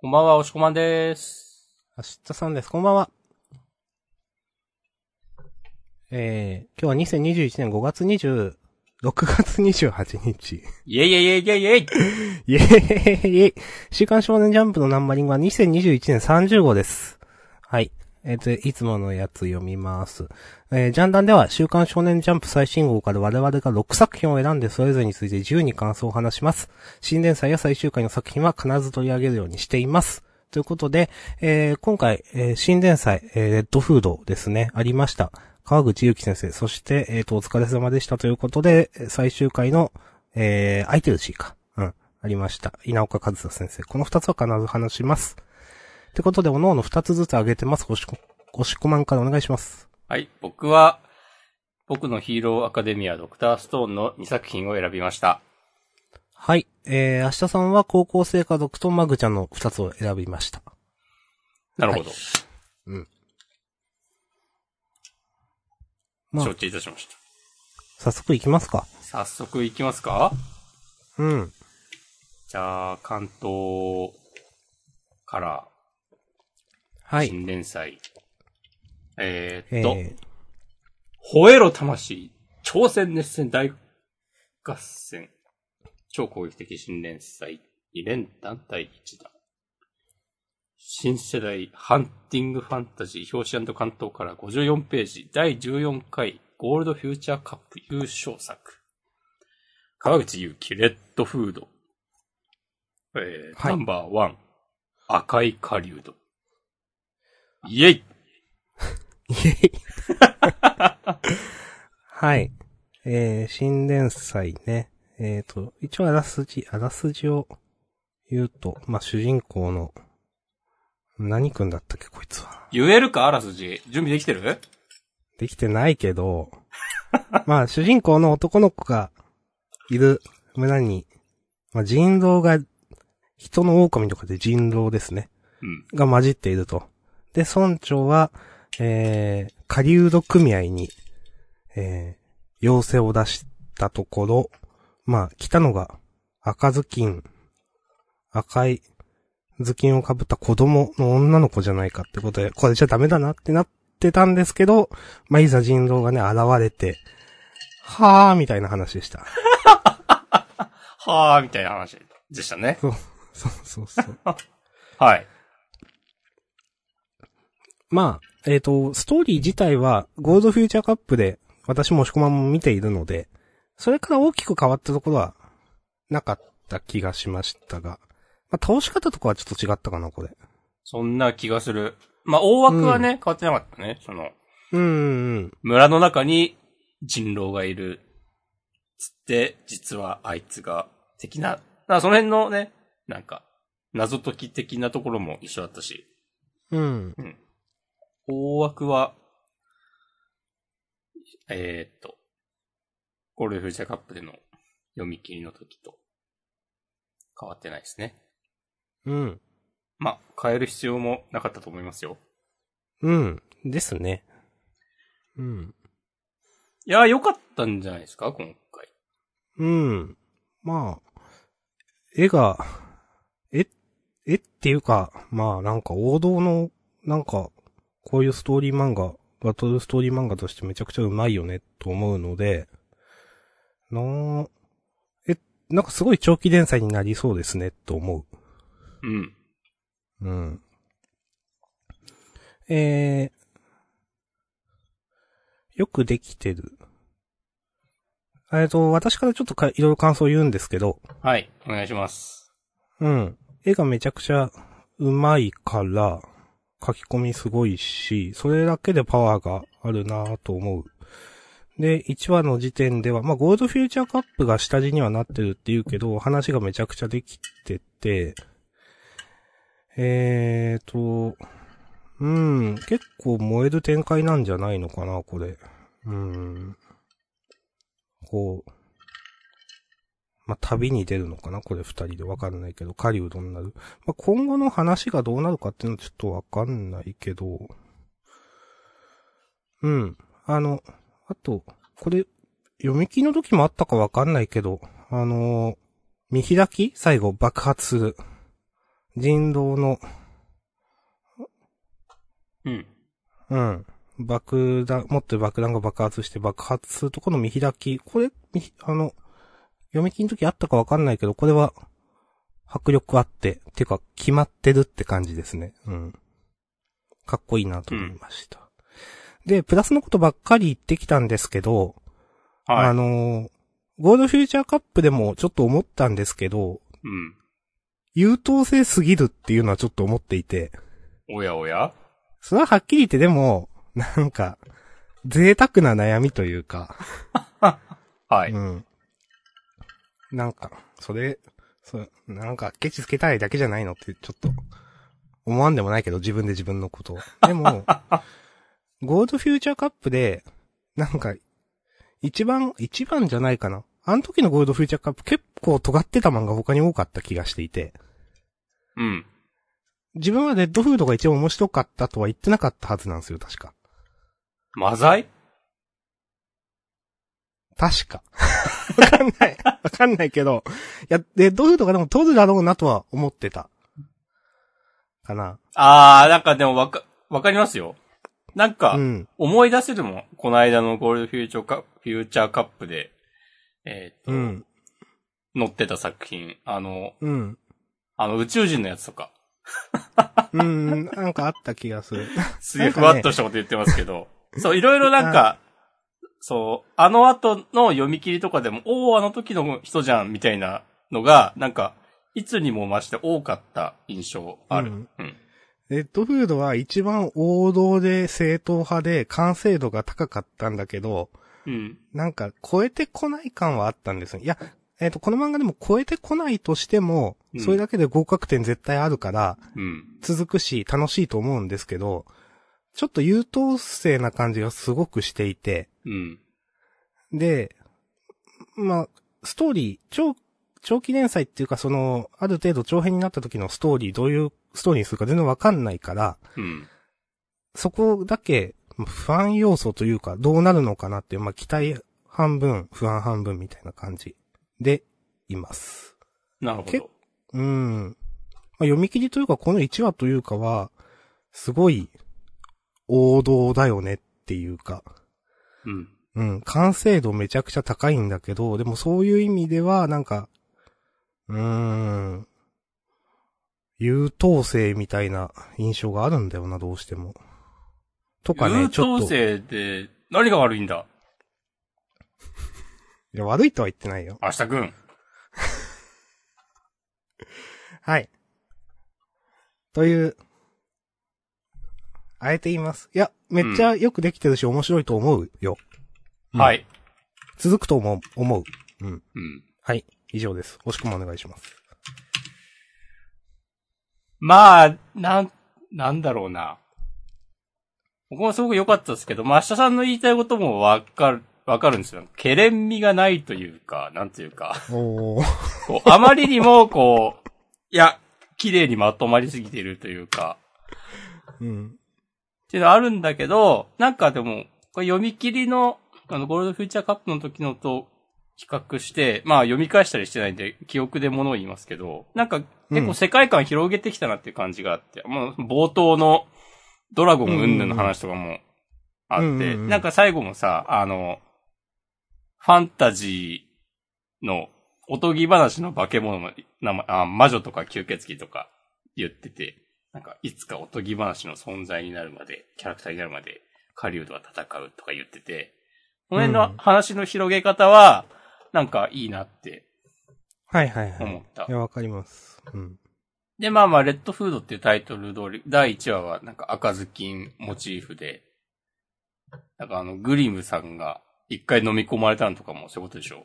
こんばんは、おしこまんでーす。アシットさんです。こんばんは。えー、今日は2021年5月20、6月28日。 イェイイェイイェイイェイイェイイェイイェイ週刊少年ジャンプのナンバリングは2021年30号です。はい。えっ、と、いつものやつ読みます。えージャンダンでは週刊少年ジャンプ最新号から我々が6作品を選んでそれぞれについて自由に感想を話します。新連載や最終回の作品は必ず取り上げるようにしています。ということで、えー今回、えー新連載、えーレッドフードですね、ありました。川口祐樹先生、そして、えっ、と、お疲れ様でしたということで、えー最終回の、えー、空いてるシーか。うん。ありました。稲岡和沙先生。この二つは必ず話します。ってことで、おのおの二つずつ上げてます。おしこ、おしこまんからお願いします。はい、僕は、僕のヒーローアカデミア、ドクターストーンの2作品を選びました。はい。えー、明日さんは高校生家族とマグちゃんの二つを選びました。なるほど。まあ承、知いたしまし早速いきますか。た。早速いきますかうん。じゃあ、関東から、はい。新連載。えー、えっと、ー、吠えろ魂、朝鮮熱戦大合戦、超攻撃的新連載、2連単体1弾。新世代ハンティングファンタジー表紙関東から54ページ、第14回ゴールドフューチャーカップ優勝作。川口祐希、レッドフード。えーはいナンバーワン、赤い狩人。イェイはい。えー、新連載ね。えーと、一応あらすじ、あらすじを言うと、まあ、主人公の、何君だったっけ、こいつは。言えるかあらすじ。準備できてるできてないけど、 まあ主人公の男の子がいる村に、まあ人狼が、人の狼とかで人狼ですね。うん。が混じっていると。で、村長は、えー、狩人組合に、えー、要請を出したところ、まあ、来たのが、赤ずきん、赤いずきんをかぶった子供の女の子じゃないかってことで、これじゃダメだなってなってたんですけど、まあ、いざ人狼がね、現れて、はーみたいな話でした。はあみたいな話でしたね。そうそうそう。はい。 まあ、えっ、と、ストーリー自体は、ゴールドフューチャーカップで、私も押し込まんも見ているので、それから大きく変わったところは、なかった気がしましたが。まあ、倒し方とかはちょっと違ったかな、これ。そんな気がする。まあ、大枠はね、変わってなかったね。その、うーん。村の中に人狼がいる。つって、実はあいつが、的な、だからその辺のね、なんか、謎解き的なところも一緒だったし、うん。大枠は、えー、っと、ゴールデンフューチャーカップでの読み切りの時と変わってないですね。うん。まあ、変える必要もなかったと思いますよ。うん。ですね。うん。いやー、良かったんじゃないですか、今回。うん。まあ、絵が、絵、絵っていうか、まあなんか王道の、なんか、こういうストーリー漫画、バトルストーリー漫画としてめちゃくちゃうまいよね、と思うので、なあえ、なんかすごい長期連載になりそうですね、と思う。うん。うん。えー、よくできてる。えっと、私からちょっとかいろいろ感想を言うんですけど、はい、お願いします。うん。絵がめちゃくちゃうまいから、書き込みすごいし、それだけでパワーがあるなぁと思う。で、1話の時点では、まあ、ゴールドフューチャーカップが下地にはなってるっていうけど、話がめちゃくちゃできてて、えーと、うん、結構燃える展開なんじゃないのかな、これ。うん。こう、まあ、旅に出るのかなこれ二人でわかんないけど、狩人になる。まあ、今後の話がどうなるかっていうのはちょっとわかんないけど、うん。あの、あと、これ、読み切りの時もあったかわかんないけど、あのー見開き最後爆発する。人道の、うん。うん。爆弾、持ってる爆弾が爆発して爆発するとこの見開き。これ、見ひあの、読み切りの時あったかわかんないけど、これは、迫力あって、てか、決まってるって感じですね。うん。かっこいいなと思いました。で、プラスのことばっかり言ってきたんですけど、あはい。のーゴールドフューチャーカップでもちょっと思ったんですけど、うん。優等生すぎるっていうのはちょっと思っていて、おやおやそれははっきり言ってでも、なんか、贅沢な悩みというか、はい。うん。なんか、それ、そなんか、ケチつけたいだけじゃないのって、ちょっと、思わんでもないけど、自分で自分のことを。でも、ゴールドフューチャーカップで、なんか、一番、一番じゃないかな。あの時のゴールドフューチャーカップ結構尖ってた漫画他に多かった気がしていて、うん。自分はレッドフードが一番面白かったとは言ってなかったはずなんですよ、確か。マザイ確か。わかんない。わかんないけど。いや、レッドフードがでも取るだろうなとは思ってた。かな。あー、なんかでもわか、わかりますよ。なんか、うん。思い出せるもん。この間のゴールドフューチャーカフューチャーカップで、えーっと、うん。載ってた作品。あの、うん。あの宇宙人のやつとか。うん。なんかあった気がする。 すげえなんかふねわっとしたこと言ってますけど。そう、いろいろなんか、そう、あの後の読み切りとかでも、おおあの時の人じゃん、みたいなのが、なんか、いつにも増して多かった印象ある。ううんん。レッドフードは一番王道で正統派で完成度が高かったんだけど、うん。なんか超えてこない感はあったんですよ。いや、えっ、と、この漫画でも超えてこないとしてもう、んそれだけで合格点絶対あるから、うん。続くし、楽しいと思うんですけど、ちょっと優等生な感じがすごくしていて、うん。で、まあ、ストーリー、長、長期連載っていうか、その、ある程度長編になった時のストーリー、どういうストーリーにするか全然わかんないから、うん。そこだけ、まあ不安要素というか、どうなるのかなっていう、まあ、期待半分、不安半分みたいな感じで、います。なるほ結ど。うん。まあ、読み切りというか、この1話というかは、すごい、王道だよねっていうか、うん。うん、完成度めちゃくちゃ高いんだけど、でもそういう意味では、なんか、うーん、優等生みたいな印象があるんだよな、どうしても。とかね、優ちょっ等と。生で何が悪いんだいや、悪いとは言ってないよ。明日くん。はい。という、あえて言います。いや、めっちゃよくできてるし、面白いと思うよ。うんはい。続くと思う、思う。うん。うん。はい。以上です。惜しくもお願いします。まあ、なん、なんだろうな。僕もすごく良かったですけど、まあ、明日さんの言いたいこともわかる、わかるんですよ。ケレン味がないというか、なんというか、おー。こう、あまりにも、こう、いや、綺麗にまとまりすぎてるというか、うん。っていうのはあるんだけど、なんかでも、これ読み切りの、あの、ゴールドフューチャーカップの時のと比較して、まあ読み返したりしてないんで、記憶で物を言いますけど、なんか結うん構世界観広げてきたなっていう感じがあって、もう冒頭のドラゴン云々の話とかもあって、うんうんうんなんか最後もさ、あの、ファンタジーのおとぎ話の化け物の名前、あ魔女とか吸血鬼とか言ってて、なんか、いつかおとぎ話の存在になるまで、キャラクターになるまで、狩人は戦うとか言ってて、この辺うんの話の広げ方は、なんかいいなってはいはいはい。思ったい。や、わかります。うん。で、まあまあ、レッドフードっていうタイトル通り、第1話はなんか赤ずきんモチーフで、なんかあの、グリムさんが一回飲み込まれたのとかもそういうことでしょ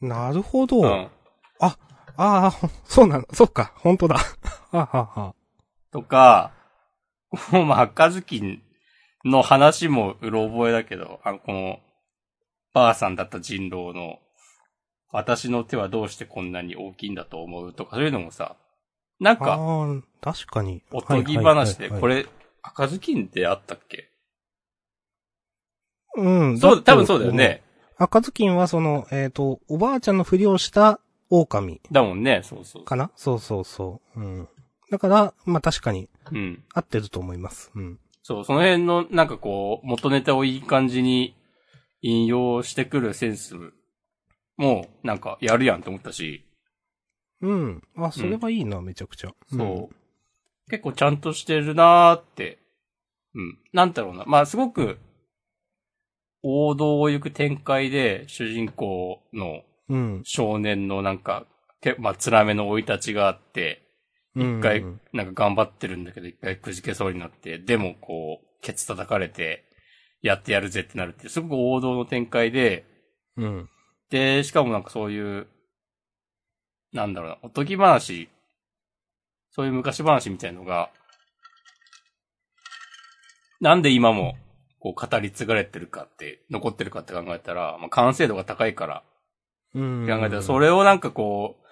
なるほど。うあん。あ、ほそうなの、そうか、本当だ。ははは。とか、このまあ、赤ずきんの話もうろ覚えだけど、あの、この、ばあさんだった人狼の、私の手はどうしてこんなに大きいんだと思うとか、そういうのもさ、なんああか、ー、確かに。おとぎ話で、はいはいはいはいこ。れ、赤ずきんってあったっけうん。そう、と多分そうだよね。赤ずきんはその、えっ、と、おばあちゃんのふりをした狼だもんね、そうそうかなそうそうそう。うん。だから、まあ確かにそう。うん。合ってると思います。うん。そう、その辺の、なんかこう、元ネタをいい感じに引用してくるセンスも、なんか、やるやんと思ったし、うん。あ、それはいいな、めちゃくちゃ。んそう。結構ちゃんとしてるなーって。うん。なんだろうな。まあ、すごく、王道を行く展開で、主人公のうん。少年のなんか、けまあ、辛めの生い立ちがあって、一一回、なんか頑張ってるんだけど、一回くじけそうになって、でもこう、ケツ叩かれて、やってやるぜってなるっていう、すごく王道の展開で、うん。で、しかもなんかそういう、なんだろうな、おとぎ話、そういう昔話みたいのが、なんで今も、こう語り継がれてるかって、残ってるかって考えたら、まあ、完成度が高いから、うん。考えたら、それをなんかこう、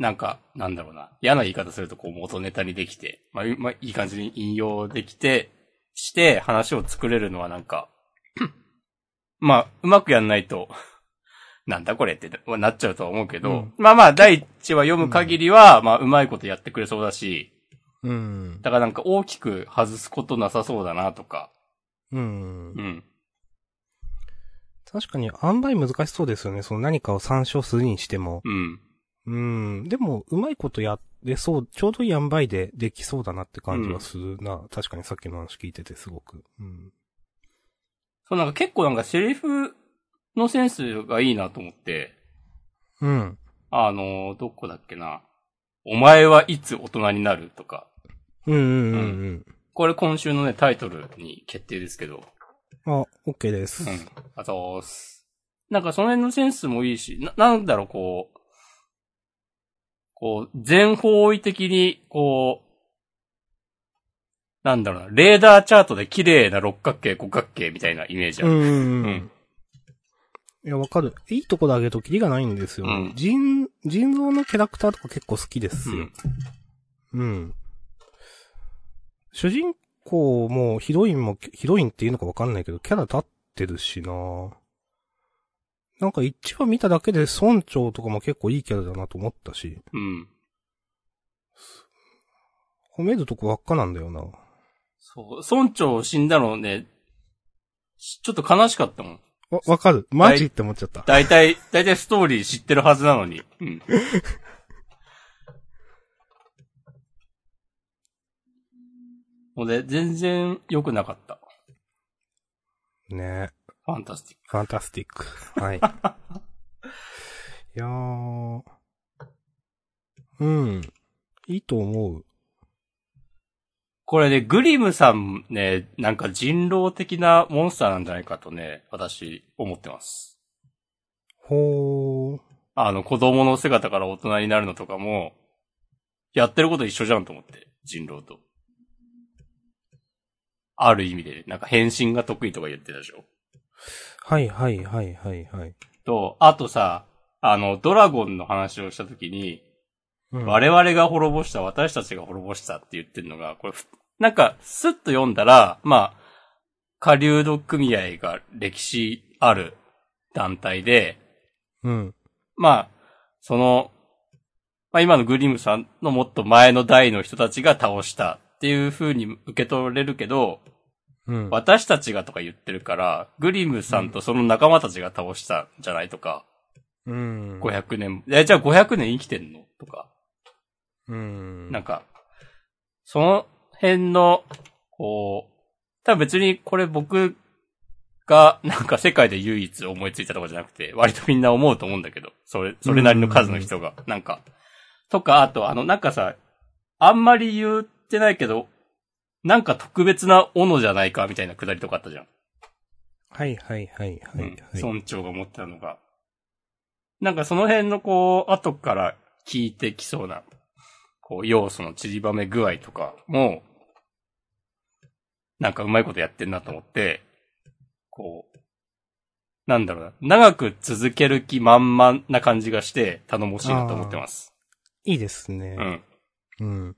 なんか、なんだろうな。嫌な言い方すると、こう、元ネタにできて、まあ、うまあ、いい感じに引用できて、して、話を作れるのはなんか、 まあ、うまくやんないと、 なんだこれってななっちゃうとは思うけど、うんまあまあ、第一話読む限りは、まあ、うまいことやってくれそうだし、うん。だからなんか大きく外すことなさそうだなとか、うう。んん。確かに、塩梅難しそうですよね。その何かを参照するにしても。うん。うん。でも、うまいことやれそう、ちょうどいい塩梅でできそうだなって感じはするな。確かにさっきの話聞いててすごく。うん。そう、なんか結構なんかセリフのセンスがいいなと思って、うん。あの、どこだっけな。お前はいつ大人になるとか。うんうんうんこれ今週のね、タイトルに決定ですけど。うん。あ、オッケーでうす。ん。あとす。なんかその辺のセンスもいいし、な、なんだろう、こう。こう、全方位的に、こう、なんだろうな、レーダーチャートで綺麗な六角形、五角形みたいなイメージあうる。んうんううんん。いや、わかる。いいとこだけど、キリがないんですようねん。人、人造のキャラクターとか結構好きですよ。うん。主人公もヒロインも、ヒロインっていうのかわかんないけど、キャラ立ってるしななんか一話見ただけで村長とかも結構いいキャラだなと思ったし、うん。褒めるとこばっかなんだよな。そう。村長死んだのね、しちょっと悲しかったもん。わ、わかる。マジって思っちゃった。大体、大体ストーリー知ってるはずなのに。うん。ので、全然良くなかった。ねファンタスティッファンタスティック。はい。いやー。うん。いいと思う。ク。これね、グリムさんね、なんか人狼的なモンスターなんじゃないかとね、私、思ってます。ほー。あの、子供の姿から大人になるのとかも、やってること一緒じゃんと思って、人狼と。ある意味で、なんか変身が得意とか言ってたでしょ。はいはいはいはいはい。と、あとさ、あの、ドラゴンの話をしたときに、うん、我々が滅ぼした、私たちが滅ぼしたって言ってるのが、これ、ふなんか、スッと読んだら、まあ、下流土組合が歴史ある団体で、うん。まあ、その、まあ今のグリムさんのもっと前の代の人たちが倒したっていう風に受け取れるけど、うん。私たちがとか言ってるから、グリムさんとその仲間たちが倒したんじゃないとか、うん。 500年、え、じゃあ500年生きてんのとか、うん。なんか、その辺の、こう、多分別にこれ僕がなんか世界で唯一思いついたとかじゃなくて、割とみんな思うと思うんだけど、それ、それなりの数の人が、なんか、とか、あと、あの、なんかさ、あんまり言ってないけど、なんか特別な斧じゃないかみたいなくだりとかあったじゃん。はいはいはいはい、はい村長が思ってたのが。なんかその辺のこう、後から聞いてきそうな、こう、要素の散りばめ具合とかも、なんかうまいことやってんなと思って、こう、なんだろうな、長く続ける気満々な感じがして、頼もしいなと思ってます。いいですうね。ん。うん。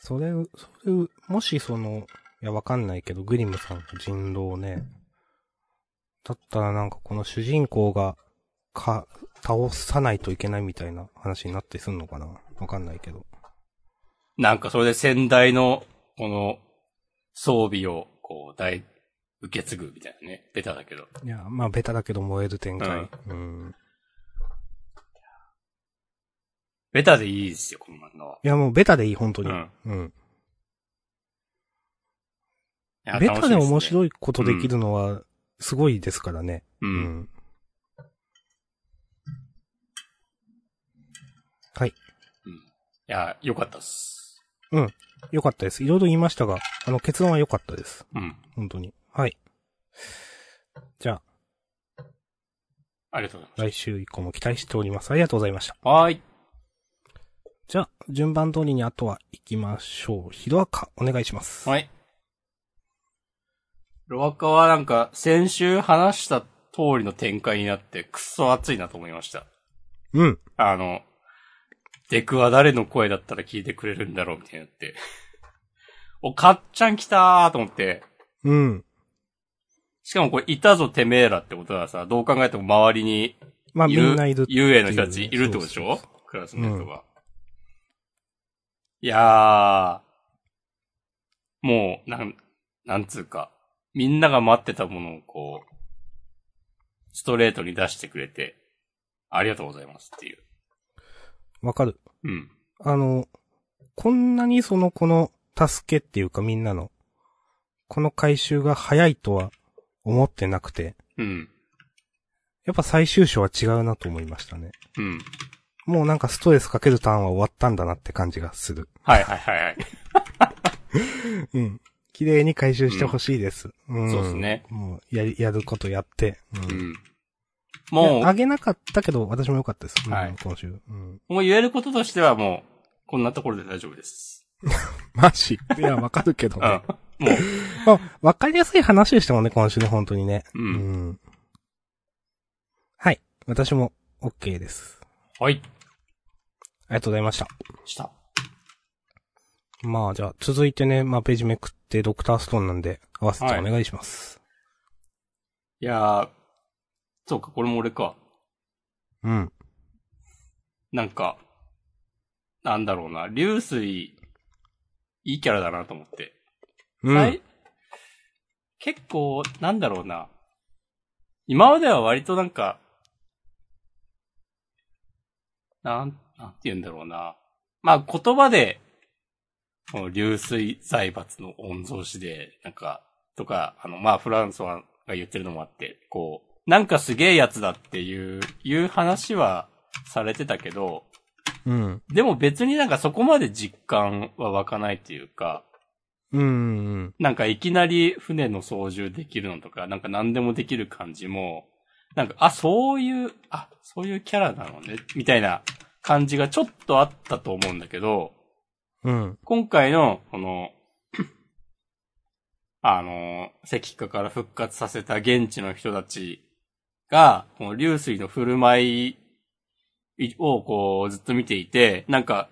それ、それ、もしその、いや、わかんないけど、グリムさんの人狼ね。だったらなんかこの主人公が、か、倒さないといけないみたいな話になってすんのかなわかんないけど。なんかそれで先代の、この、装備を、こう、大、受け継ぐみたいなね。ベタだけど。いや、まあ、ベタだけど燃える展開。うんベタでいいですよ、こんなのは。いや、もうベタでいい、本当うに。ん。うん。いやベタで面い。白いことできるのは、すごいですからね。う。うんん。はい。いや、よかったっす。よかったです。いろいろ言いましたが、あの、結論は良かったです。うん。本当に。はい。じゃあ、ありがとうござい来週以降も期待しております。ありがとうございました。ます。はーい。じゃあ、順番通りにあとは行きましょう。ヒロアカ、お願いします。はい。ロアカはなんか、先週話した通りの展開になって、くっそ熱いなと思いました。うん。あの、デクは誰の声だったら聞いてくれるんだろうみたいになって。 お、かっちゃん来たーと思って。うん。しかもこれ、いたぞてめえらってことはさ、どう考えても周りにまあ、いみる、んないる。遊泳の人たちいるってことでしそうょそうクラスメイトが。いやー、もう、なん、なんつうか、みんなが待ってたものをこう、ストレートに出してくれて、ありがとうございますっていう。わかる。うん。あの、こんなにその、この、助けっていうかみんなの、この回収が早いとは思ってなくて、うん。やっぱ最終章は違うなと思いましたね。うん。もうなんかストレスかけるターンは終わったんだなって感じがする。はいはいはいはい。うん。綺麗に回収してほしいです。うん。そうですね。もう、やり、やることやって。う うん。ん。ももう。あげなかったけど、私も良かったです。うんはい今週。うん。う、もう言えることとしてはもう、こんなところで大丈夫です。 マジいや、わかるけうどん。 もね。う、まあ、わかりやすい話でしたもんね、今週ね、本当にね。う。うんん。はい。私も、OK です。はい。ありがとうございました。した。まあ、じゃあ、続いてね、まあ、ページめくって、ドクターストーンなんで、合わせてお願いします。いやー、そうか、これも俺か。うん。なんか、なんだろうな、流水、いいキャラだなと思って。うはん。い結構、なんだろうな。今までは割となんか、なん、なんて言うんだろうな。まあ言葉で、この流水財閥の御曹司で、なんか、とか、あの、まあフランソワが言ってるのもあって、こう、なんかすげえやつだっていう、いう話はされてたけど、うん。でも別になんかそこまで実感は湧かないっていうか、うん。うん。なんかいきなり船の操縦できるのとか、なんか何でもできる感じも、なんか、あ、そういう、あ、そういうキャラなのね、みたいな感じがちょっとあったと思うんだけど、うん。今回の、この、 あの、石化から復活させた現地の人たちが、この流水の振る舞いをこうずっと見ていて、なんか、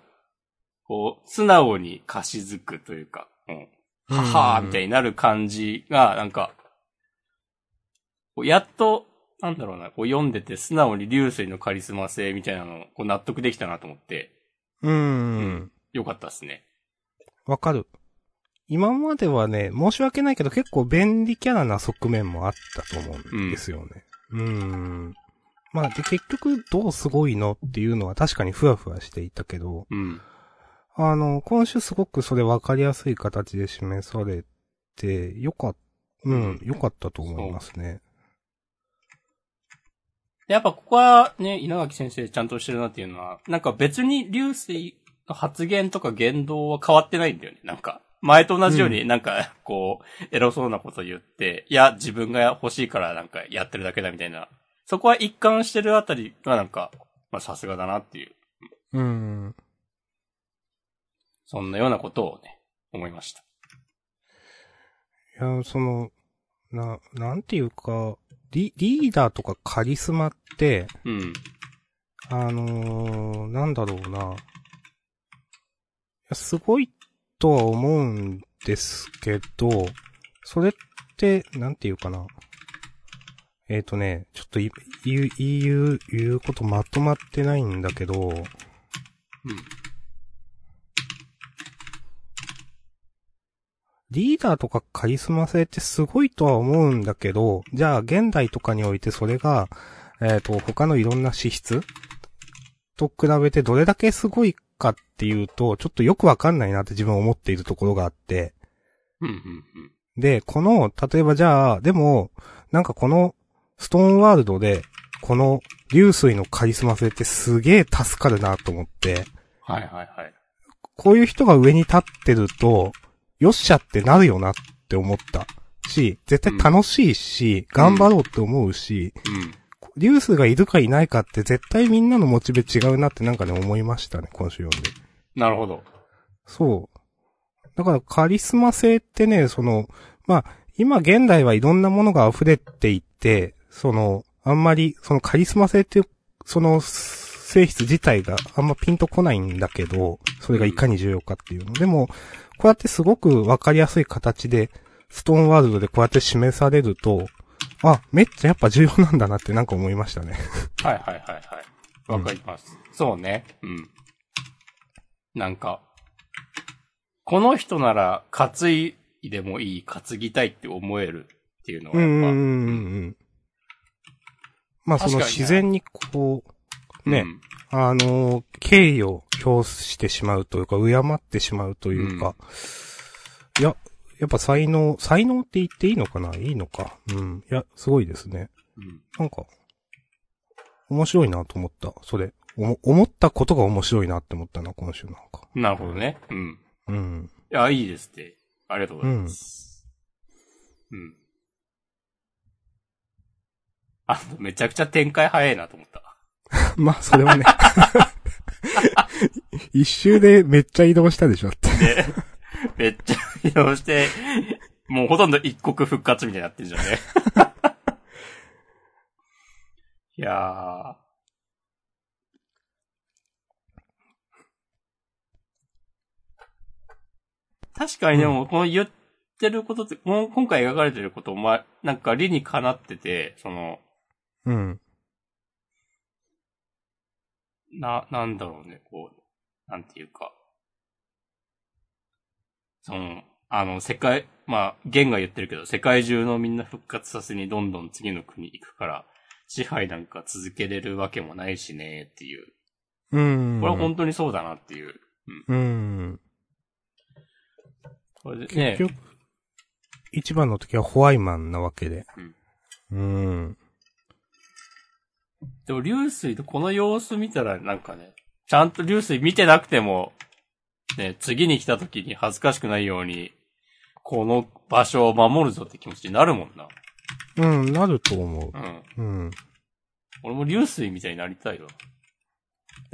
こう、素直に貸しづくというか、うんははーみたいになる感じが、なんか、こうやっと、なんだろうな、こう読んでて素直に流水のカリスマ性みたいなのをこう納得できたなと思って、うん。ううんん。よかったですね。わかる。今まではね、申し訳ないけど結構便利キャラな側面もあったと思うんですよね。うん。んまあ、で、結局どうすごいのっていうのは確かにふわふわしていたけど、うん。あの、今週すごくそれわかりやすい形で示されて、よかっ、うん、よかったと思いますね。でやっぱここはね、稲垣先生ちゃんとしてるなっていうのは、なんか別に流水の発言とか言動は変わってないんだよね。なんか、前と同じようになんか、こう、エロそうなこと言って、いや、自分が欲しいからなんかやってるだけだみたいな。そこは一貫してるあたりがなんか、まあさすがだなっていう、うん。そんなようなことをね、思いました。いや、その、な、なんていうか、リ、リーダーとかカリスマって、うん。あのー、なんだろうな。いやすごいとは思うんですけど、それって、なんていうかな。えっ、とね、ちょっとい言う、言う、言うことまとまってないんだけど、リーダーとかカリスマ性ってすごいとは思うんだけど、じゃあ現代とかにおいてそれが、えっ、と、他のいろんな資質と比べてどれだけすごいかっていうと、ちょっとよくわかんないなって自分は思っているところがあって、うん、うん、うん。で、この、例えばじゃあ、でも、なんかこの、ストーンワールドで、この、流水のカリスマ性ってすげえ助かるなと思って、はいはいはい。こういう人が上に立ってると、よっしゃってなるよなって思った。し、絶対楽しいし、頑張ろうって思うし、うん。流水がいるかいないかって絶対みんなのモチベ違うなってなんかね思いましたね、今週読んで。なるほど。そう。だからカリスマ性ってね、その、まあ、今現代はいろんなものが溢れていて、その、あんまり、そのカリスマ性っていう、その、性質自体があんまピンとこないんだけど、それがいかに重要かっていうの。でも、こうやってすごくわかりやすい形で、ストーンワールドでこうやって示されると、あ、めっちゃやっぱ重要なんだなってなんか思いまし たね。はいはいはいはい。わかります、そうね。うん。なんか、この人なら担いでもいい、担ぎたいって思えるっていうのはうやんっぱ、うんうんうん。まあそ確かにのね自然にこう、ね、うんあのー、敬意を表してしまうというか、敬ってしまうというか、いや、やっぱ才能、才能って言っていいのかないいのか。うん。いや、すごいですね。うんなんか、面白いなと思った。それ。おも思ったことが面白いなって思ったな、今週なんか。なるほどね。うん。うん。いや、いいですって。ありがとうございます。うん。あの、めちゃくちゃ展開早いなと思った。 まあ、それは ね。一周でめっちゃ移動したでしょって。で、めっちゃ移動して、もうほとんど一国復活みたいになってるじゃんね。いやー。確かにでも、この言ってることって、もう今回描かれてること、まあ、なんか理にかなってて、その、うん。な、なんだろうね、こう、なんていうか。その、あの、世界、まあ、元が言ってるけど、世界中のみんな復活させにどんどん次の国行くから、支配なんか続けれるわけもないしね、っていう。うん。これは本当にそうだなっていう。うん。うん。これでね結、局、一番の時はホワイマンなわけで。うん。でも流水とこの様子見たらなんかね、ちゃんと流水見てなくても、ね、次に来た時に恥ずかしくないように、この場所を守るぞって気持ちになるもんな。うん、なると思うん。う。うん。俺も流水みたいになりたいわ。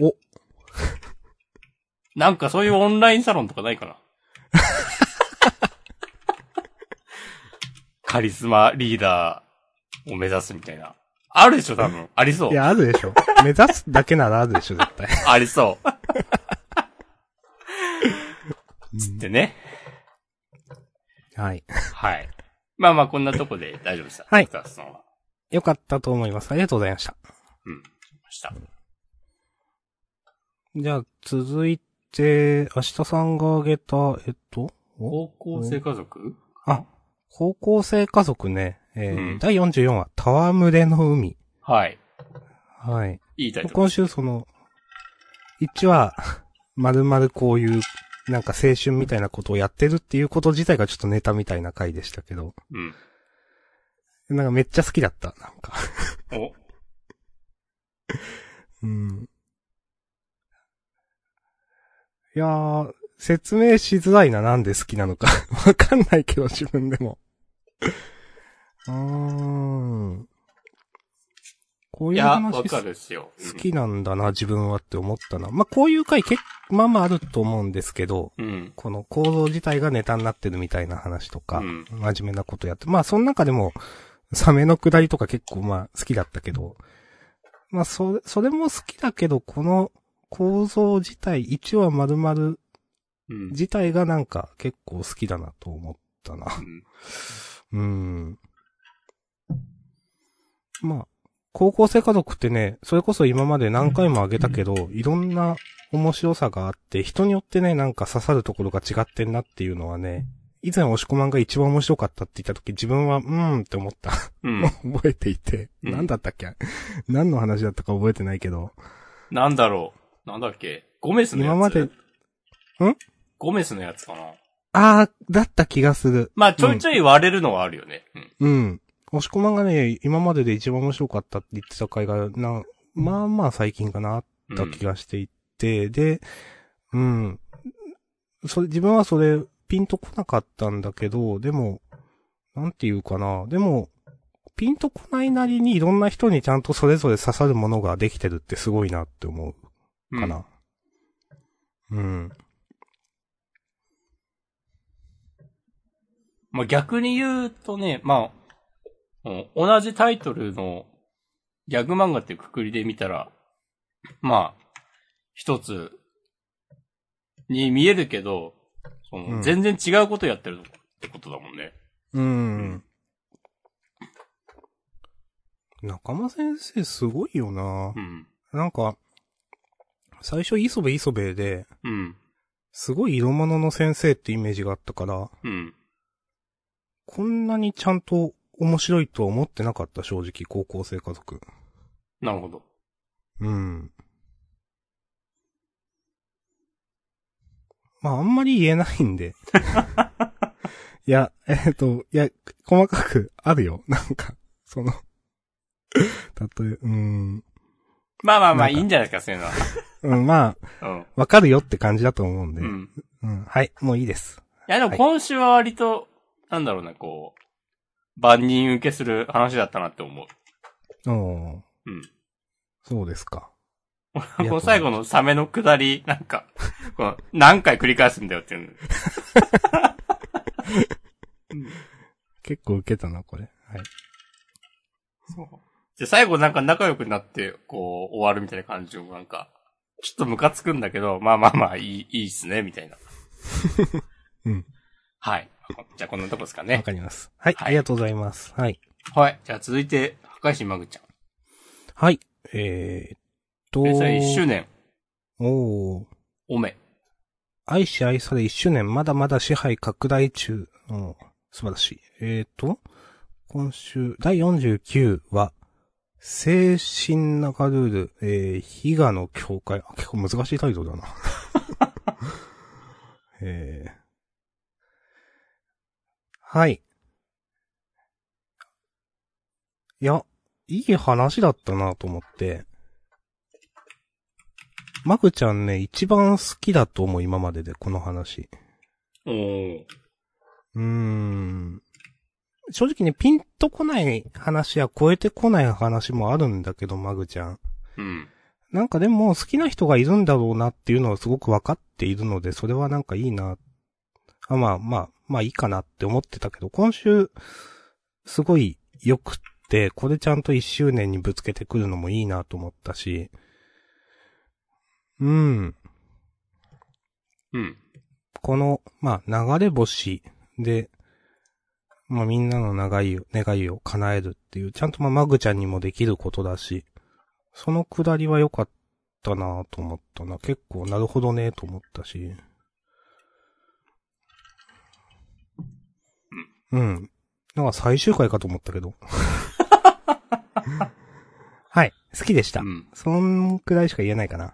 お。 なんかそういうオンラインサロンとかないか なカリスマリーダーを目指すみたいな。あるでしょ多分。ありそうい。や、あるでしょ。目指すだけならあるでしょ、絶対。ありそう。つってね。はい。はい。まあまあこんなとこで大丈夫でした。はいドクターさんは。よかったと思います。ありがとうございました。うん。ました。じゃあ、続いて、明日さんが挙げた、えっと、高お校生家族あ、高校生家族ね。えーうん第44話、戯れの海。はい。はい。いいタイトル。今週その、1話、 まるまるこういう、なんか青春みたいなことをやってるっていうこと自体がちょっとネタみたいな回でしたけど、うん。なんかめっちゃ好きだった、なんか。お、うん。いやー、説明しづらいな、なんで好きなのか。 わかんないけど、自分でも。うーん。こういいうや、話わかるっすよ。うん好きなんだな、自分はって思ったな。まあ、こういう回結構、まあまああると思うんですけど、うん。この構造自体がネタになってるみたいな話とか、うん真面目なことやって、まあその中でも、サメの下りとか結構まあ好きだったけど、まあそれ、それも好きだけど、この構造自体、一話丸々うん。自体がなんか結構好きだなと思ったな。うんうん。まあ、高校生家族ってね、それこそ今まで何回もあげたけど、いろんな面白さがあって、人によってね、なんか刺さるところが違ってんなっていうのはね、以前押し込まんが一番面白かったって言った時、自分は、うーんって思った。 うん。覚えていて。うん何だったっけ何の話だったか覚えてないけど。なんだろう。なんだっけゴメスのやつ。今までんゴメスのやつかな。あー、だった気がする。まあ、ちょいちょい割れるのはあるよね。うん。うん。押し込まんがね、今までで一番面白かったって言ってた回が、な、まあまあ最近かなうんった気がしていて、で、うん。それ、自分はそれ、ピンとこなかったんだけど、でも、なんていうかな、でも、ピンとこないなりにいろんな人にちゃんとそれぞれ刺さるものができてるってすごいなって思うかうんな。うん。まあ、逆に言うとね、まあ、うん同じタイトルのギャグ漫画っていうくくりで見たら、まあ、一つに見えるけど、そのうん全然違うことやってるってことだもんね。うん。中間先生すごいよなう。ん。なんか、最初磯部磯部で、うん。すごい色物の先生ってイメージがあったから、うん。こんなにちゃんと面白いとは思ってなかった、正直、高校生家族。なるほど。うん。まあ、あんまり言えない んで。いや、えっ、と、いや、細かくあるよ。なんか、その、たとえ、うん、まあまあまあ、なんいかいんじゃないですか、そういう のうん、まあ、は。わかるよって感じだと思うんうで。ん。うん。うん、はい、もういいです。いや、でもはい今週は割と、なんだろうな、こう、万人受けする話だったなって思う。おーうん。そうですか。この最後のサメの下り、なんか、この何回繰り返すんだよっていうの。結構受けたな、これ。はい。そうで、最後なんか仲良くなって、こう、終わるみたいな感じをなんか、ちょっとムカつくんだけど、まあまあまあ、いい、いいっすね、みたいな。 うん。はい。じゃあこんなとこですかわね。かります。はい、はいありがとうございます。はい。はい。じゃあ続いて、破壊神マグちゃん。はい。えー、っと、連載1周年、おーおめ。愛し愛され1周年、まだまだ支配拡大中。うん、素晴らしい。えー、と、今週、第49話、精神中ルール、えー、ヒガの境界。あ結構難しいタイトルだな。 えー、はい。いや、いい話だったなと思って。マグちゃんね、一番好きだと思う、今までで、この話。おー。うーん。正直ね、ピンとこない話や超えてこない話もあるんだけど、マグちゃん。うん。なんかでも、好きな人がいるんだろうなっていうのはすごくわかっているので、それはなんかいいな。あまあまあ、まあいいかなって思ってたけど、今週、すごい良くって、これちゃんと一周年にぶつけてくるのもいいなと思ったし、うん。うん。この、まあ、流れ星で、まあ、みんなの願いを、願いを叶えるっていう、ちゃんとまあ、マグちゃんにもできることだし、そのくだりは良かったなぁと思ったな。結構、なるほどねと思ったし。うん。なんか最終回かと思ったけ ど。はい。好きでした。うん。そんくらいしか言えないかな。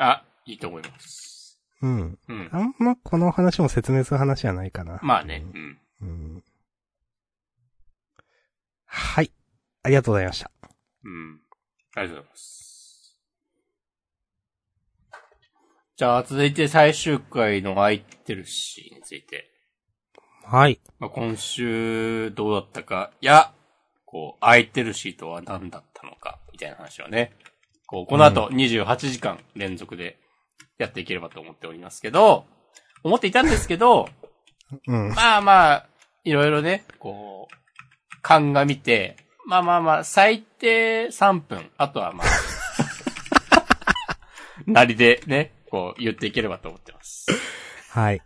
あ、いいと思います。うん。うん。あんまこの話も説明する話じゃないかな。まあね。うん。うんはい。ありがとうございました。うん。ありがとうございます。じゃあ、続いて最終回の空いてるシーンについて。はい。まあ、今週どうだったか、や、こう、空いてるシートは何だったのか、みたいな話はね。こう、この後28時間連続でやっていければと思っておりますけど、思っていたんですけど、うん。まあまあ、いろいろね、こう、鑑みて、まあまあまあ、最低3分、あとは まあ、なりでね、こう言っていければと思ってます。はい。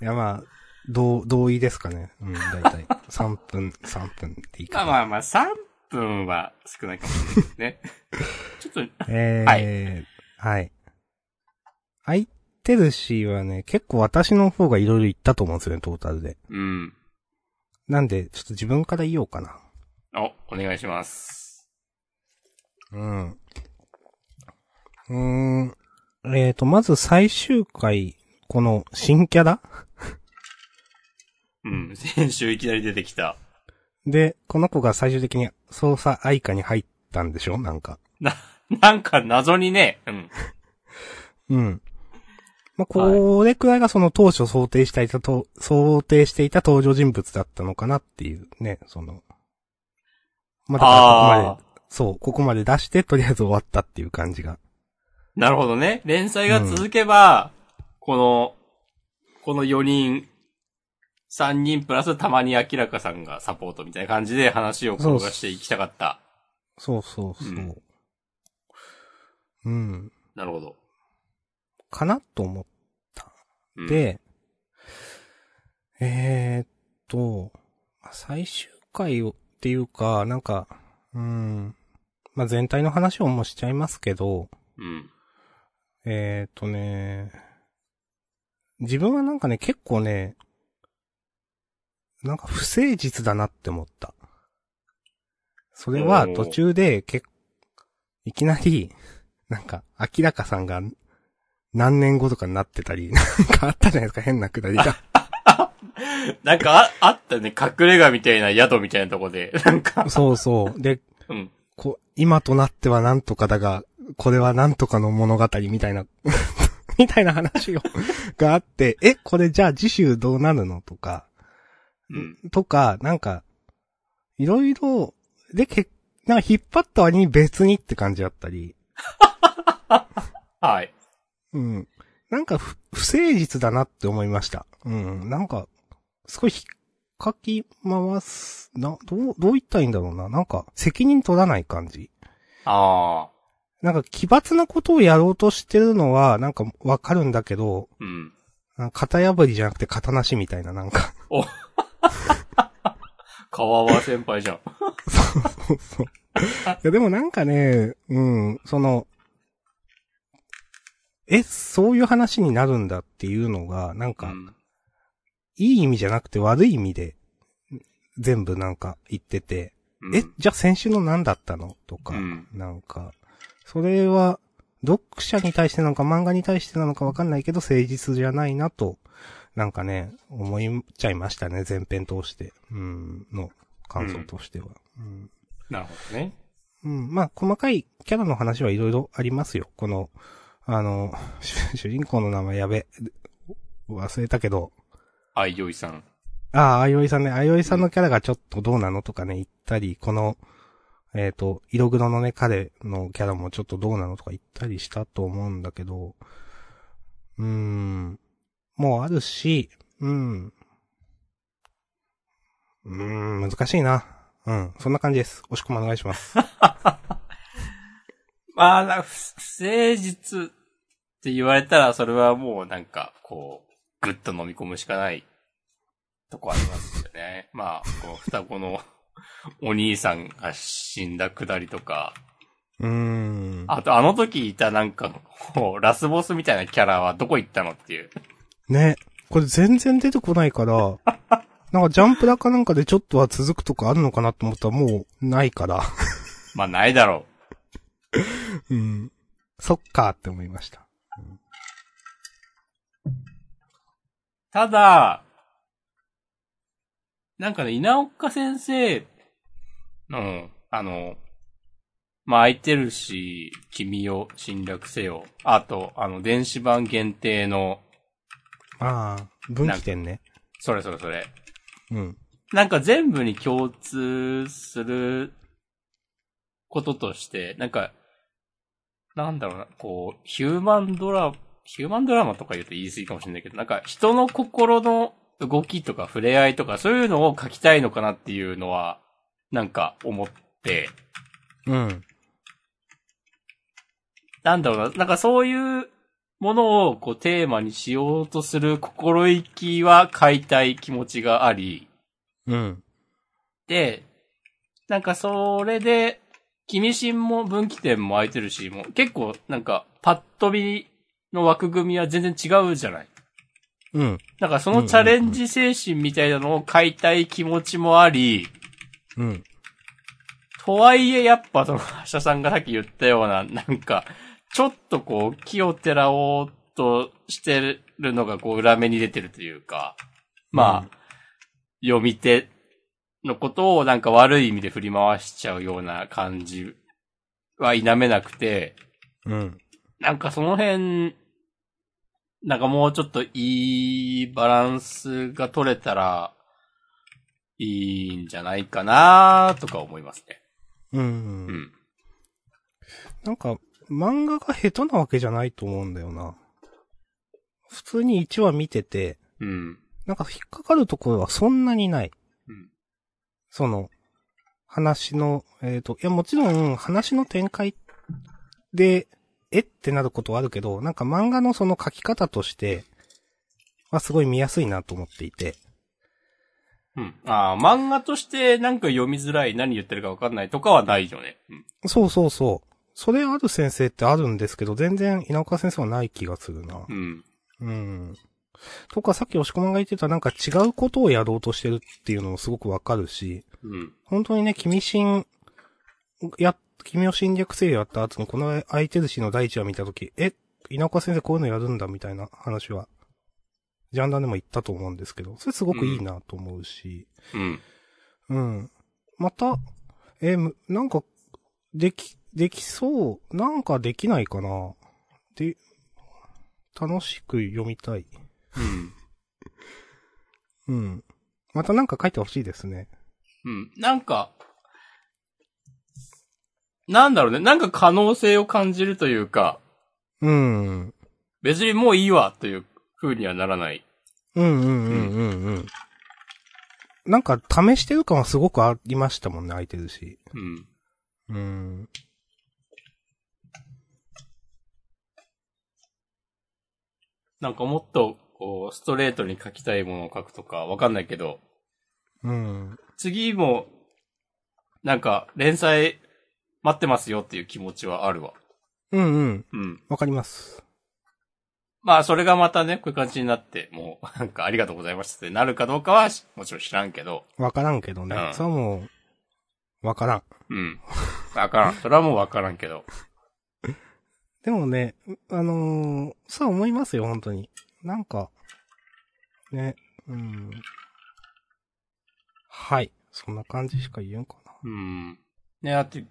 いや、まあ、同、同意ですかね。うん、だいたい。3分、3分でいいまあかな。まあまあ、3分は少ないかもしれないです ね。ちょっと、えー、はい。相手寿司はね、結構私の方がいろいろ言ったと思うんですよね、トータルで。うん。なんで、ちょっと自分から言おうかな。お、お願いします。うん。うーん。えっ、と、まず最終回、この新キャラうん。先週いきなり出てきた。で、この子が最終的に捜査愛下に入ったんでしょなんか。な、なんか謎にね、うん。うん。まあ、これくらいがその当初想定していたと、想定していた登場人物だったのかなっていうね、その。まあ、だからここまあで、そう、ここまで出して、とりあえず終わったっていう感じが。ーなるほどね。連載が続けば、この、この4人、3人プラスたまに明らかさんがサポートみたいな感じで話を転がしていきたかった。そうそうそう。うん。なるほど。かなと思っうん、て、えーっと、まあ最終回をっていうか、なんか、うん。まあ、全体の話をもうしちゃいますけど、うん。えーっとね、自分はなんかね、結構ね、なんか不誠実だなって思った。それはおー途中で結いきなり、なんか、明らかさんが何年後とかになってたり、なんかあったじゃないですか、変なくだりが。なんかあ、あったね。隠れ家みたいな宿みたいなとこで。 なんか、そ うそう。で、うん。こう、今となってはなんとかだが、これはなんとかの物語みたいな、 みたいな話を、があって、え、これじゃあ次週どうなるのとか、うん。とか、なんか、いろいろ、で、け、なんか引っ張った割に別にって感じだったり、はい。うん。なんか不、不誠実だなって思いました。うん。なんか、すごい引っかき回す、な、どう、どう言ったらいいんだろうな。なんか、責任取らない感じ。ああ。なんか、奇抜なことをやろうとしてるのは、なんかわかるんだけど、うん。なんか型破りじゃなくて型なしみたいな、なんか。川和先輩じゃん。そうそう。いや、でもなんかね、うん、その、え、そういう話になるんだっていうのが、なんうか、んいい意味じゃなくて悪い意味で、全部なんか言ってて、うんえ、じゃあ先週の何だったのとか、うんなんか、それは、読者に対してなのか漫画に対してなのかわかんないけど、誠実じゃないなと、なんかね、思いちゃいましたね、前編通して、うん、の感想としては。うんなるほどね。うん。まあ、細かいキャラの話はいろいろありますよ。この、あの、 主主人公の名前やべ。忘れたけど。あいよいさん。ああ、あいおいさんね。あいおいさんのキャラがちょっとどうなのとかね、言ったり、この、えっ、と、色黒のね、彼のキャラもちょっとどうなのとか言ったりしたと思うんだけど、うーん。もうあるし、うん。うーん、難しいな。うん。そんな感じです。押し込みお願いします。まあ、なんか不不誠実って言われたら、それはもうなんか、こう、ぐっと飲み込むしかないとこありますよね。 まあ、こう、双子の お兄さんが死んだくだりとか、うーん。あとあの時いたなんか、こう、ラスボスみたいなキャラはどこ行ったのっていう。ね。これ全然出てこないから、なんかジャンプだかなんかでちょっとは続くとかあるのかなと思ったらもうないから。まあ、ないだろうん。そっかって思いました。う。ただ、なんかね、稲岡先生の、あの、まあ、空いてるし、君を侵略せよ。あと、あの、電子版限定の、ああ、分岐点ね。それそれそれ。うん。なんか全部に共通することとして、なんか、なんだろうな、こう、ヒューマンドラ、ヒューマンドラマとか言うと言い過ぎかもしれないけど、なんか人の心の動きとか触れ合いとかそういうのを書きたいのかなっていうのは、なんか思って、うん。なんだろうな、なんかそういうものをこうテーマにしようとする心意気は買いたい気持ちがあり、うん。で、なんかそれで、君新も分岐点も空いてるし、もう結構なんかパッと見の枠組みは全然違うじゃない。うん。なんかそのチャレンジ精神みたいなのを買いたい気持ちもあり、うん。とはいえやっぱその、明日さんがさっき言ったような、なんか、ちょっとこう、木をてらおうとしてるのがこう、裏目に出てるというか、まあ、読み手のことをなんか悪い意味で振り回しちゃうような感じは否めなくて、うん。なんかその辺、なんかもうちょっといいバランスが取れたら、いいんじゃないかなとか思いますね。う。うんん。なんか、漫画が下手なわけじゃないと思うんだよな。普通に1話見てて、うん。なんか引っかかるところはそんなにない。うんその、話の、えっ、と、いやもちろん話の展開で、えってなることはあるけど、なんか漫画のその書き方としてはすごい見やすいなと思っていて。うん。ああ、漫画としてなんか読みづらい、何言ってるかわかんないとかはないよね。うん。そうそうそう。それある先生ってあるんですけど、全然稲岡先生はない気がするな。うん。うん。とか、さっき押し込まんが言ってたなんか違うことをやろうとしてるっていうのもすごくわかるし、うん。本当にね、君新、や、君を侵略せよやった後にこの相手寿司の第一話見たとき、え、稲岡先生こういうのやるんだみたいな話は、ジャンダンでも言ったと思うんですけど、それすごくいいなと思うし、うん。うん。また、えーむなんか、でき、できそう、なんかできないかな。で、楽しく読みたい。うん。うん。またなんか書いてほしいですね。うん。なんか、なんだろうね。なんか可能性を感じるというか、うん。別にもういいわという風にはならない。うんうんうんうんうん。なんか試してる感はすごくありましたもんね、空いてるし。うん。うん。なんかもっと、こう、ストレートに書きたいものを書くとかわかんないけど、うん。次も、なんか、連載待ってますよっていう気持ちはあるわ。うんうん。うん。わかります。まあ、それがまたね、こういう感じになって、もう、なんか、ありがとうございましたってなるかどうかは、もちろん知らんけど、わからんけどね。うんそれはもう、わからん。うん。わからん。それはもうわからんけど。でもね、あのー、そう思いますよ、本当に。なんか、ね、うん。はい。そんな感じしか言えんかな。うん。ね、だって、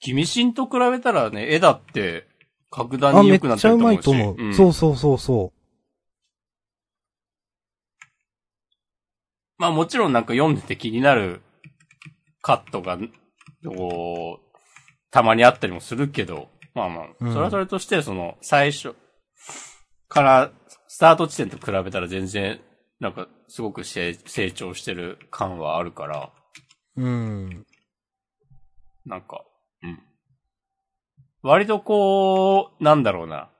君心と比べたらね、絵だって、格段あ、にめっ良くなっちてゃるうとま思ういし。と思う。んそうそうそうそまあもちろんなんか読んでて気になるカットが、こう、たまにあったりもするけど、まあまうあ、んそれはそれとして、その、最初から、スタート地点と比べたら全然、なんか、すごく成成長してる感はあるから、う。うん。なんか、うん。割とこう、なんだろうな。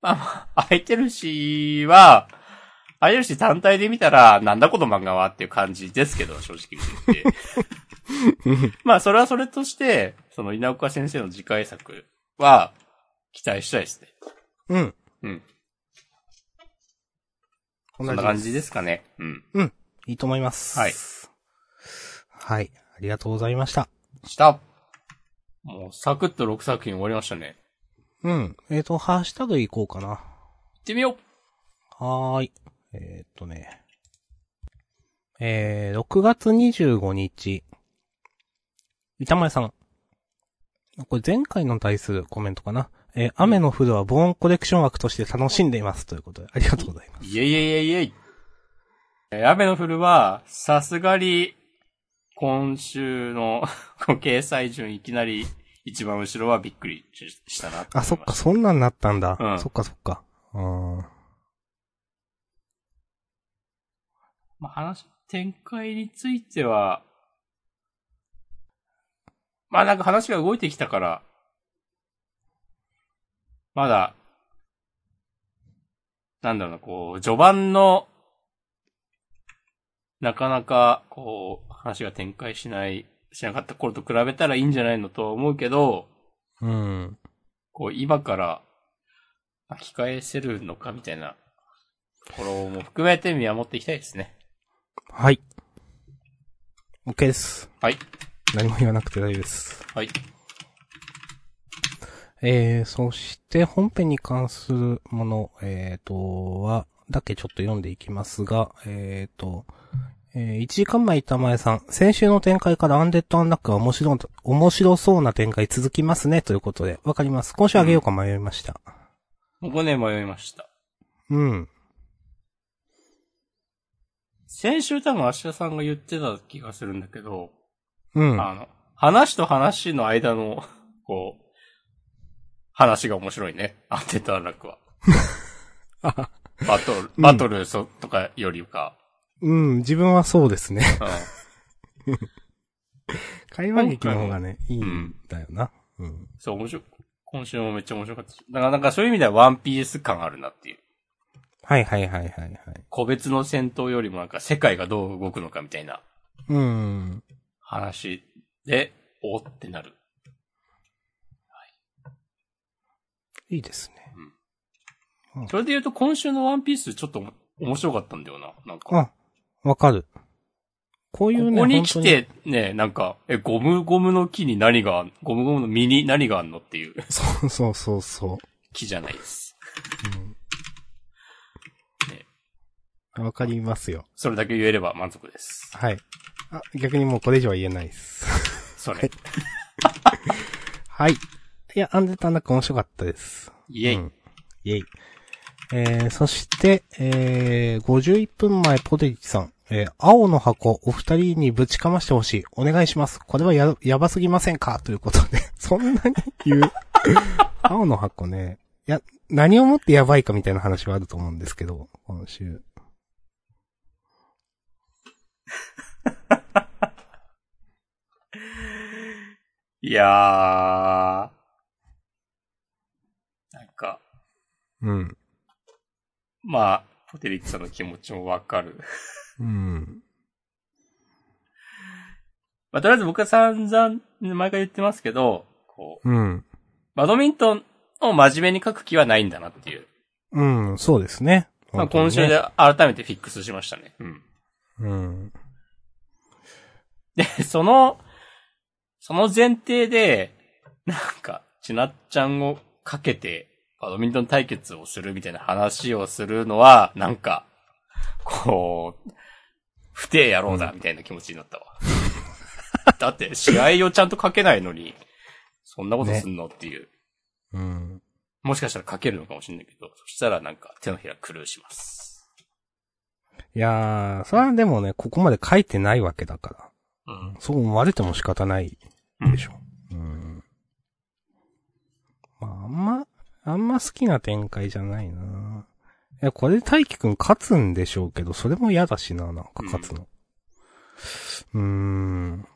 まあまあ、空いてるしは、空いてるし単体で見たら、なんだこの漫画はっていう感じですけど、正直に言って。 まあ、それはそれとして、その稲岡先生の次回作は、期待したいですね。うん。うん。こそんな感じですかね。うん。いいと思います。はい。はい。ありがとうございました。した。もう、サクッと6作品終わりましたね。うん。えっ、と、ハッシュタグいこうかな。行ってみよはーい。えっ、とね。えー、6月25日。板前さん。これ前回の対するコメントかな。えー雨の降るはボーンコレクション枠として楽しんでいます。ということで、ありがとうございます。うイェイイェイイェイイェイえー雨の降るは、さすがに、今週のこう掲載順いきなり一番後ろはびっくりししたなあ、そっか、そそんなんなったんだ。うんそっか、そっか。うーん。まあ、話、展開については、まあなんか話が動いてきたから、まだ、なんだろうな、こう、序盤の、なかなか、こう、話が展開しない、しなかった頃と比べたらいいんじゃないのとは思うけど、うん。こう今から巻き返せるのかみたいなところも含めて見守っていきたいですね。はい。OK です。はい。何も言わなくて大丈夫です。はい。えー、そして本編に関するもの、えーと、は、だけちょっと読んでいきますが、えーと、えー1時間前板前さん、先週の展開からアンデッドアンラックは面白い、面白そうな展開続きますね、ということで、わかります。今週あげようか迷いました。僕ね、迷いました。うん。先週多分芦田さんが言ってた気がするんだけど、うん。あの、話と話の間の、こう、話が面白いね。アンテッドアンラック は。バトル、バトルそ、とかよりか。うん、自分はそうで すね。うん。会話劇の方がね、いい回もんだよな。うん。そう、面白い。今週もめっちゃ面白かったし。だからなんかそういう意味ではワンピース感あるなっていう。はいはいはいはいはい。個別の戦闘よりもなんか世界がどう動くのかみたいなうん。話で、おーってなる。いいですね。それで言うと今週のワンピースちょっと面白かったんだよな。なんか。あ、わかる。こういうこね、こに来本当て、に。ね、なんか、え、ゴムゴムの木に何があん、ゴムゴムの実に何があんのっていうそう そうそうそ木じゃないです。う。わかりますよ。それだけ言えれば満足です。はい。あ、逆にもうこれ以上は言えないです。 それ。はい。いや、アンデッドアンラック面白かったです。イェイ。うんイェイ。えー、そして、えー、51分前、ポテチさん。えー、青の箱、お二人にぶちかましてほしい。お願いします。これはや、やばすぎませんかということで。 そんなに言う。 青の箱ね。いや、何をもってやばいかみたいな話はあると思うんですけど、今週。いやー。なんか、うん。まあ、ポテリッツさんの気持ちもわかる。うん。まあ、とりあえず僕は散々、毎回言ってますけど、こう、うん。バドミントンを真面目に書く気はないんだなっていう。うん、そうですね。まあ、本当にね今週で。改めてフィックスしましたね。うん。うん。で、 その、その前提で、なんか、ちなっちゃんをかけて、バドミントン対決をするみたいな話をするのは、なんか、こう、不定野郎だ、みたいな気持ちになったわ。だって、試合をちゃんとかけないのに、そんなことすんの、っていう。うん。もしかしたらかけるのかもしれないけど、そしたらなんか手のひら狂うします。いやー、それはでもね、ここまで書いてないわけだから。うん。そう思われても仕方ないでしょ。うん。まあ、あんま、あんま好きな展開じゃないな。いや、これで大輝くん勝つんでしょうけど、それも嫌だしな、なんか勝つの。うーん。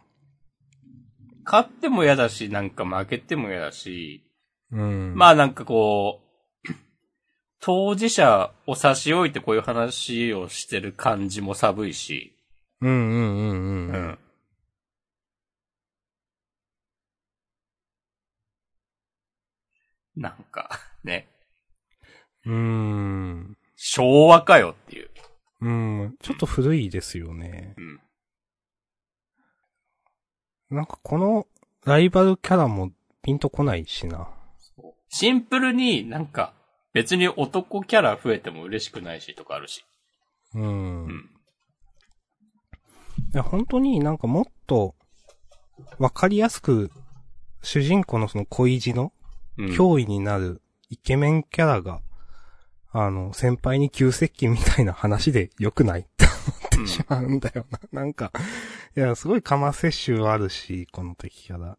勝っても嫌だし、なんか負けても嫌だし、うん。まあ、あなんかこう、当事者を差し置いてこういう話をしてる感じも寒いし、うんうんうんうん。うん。なんか、ね、うーん。昭和かよっていう。うん。ちょっと古いですよねう。ん。なんかこのライバルキャラもピンとこないしな。シンプルになんか、別に男キャラ増えても嬉しくないしとかあるし。うん。うん。いや、本当になんかもっと、わかりやすく、主人公のその小意地のうん脅威になるイケメンキャラが、あの、先輩に急接近みたいな話で良くないって思ってしまうんだよな。なんか、いや、すごいカマセッシュあるし、この敵キャラ。あ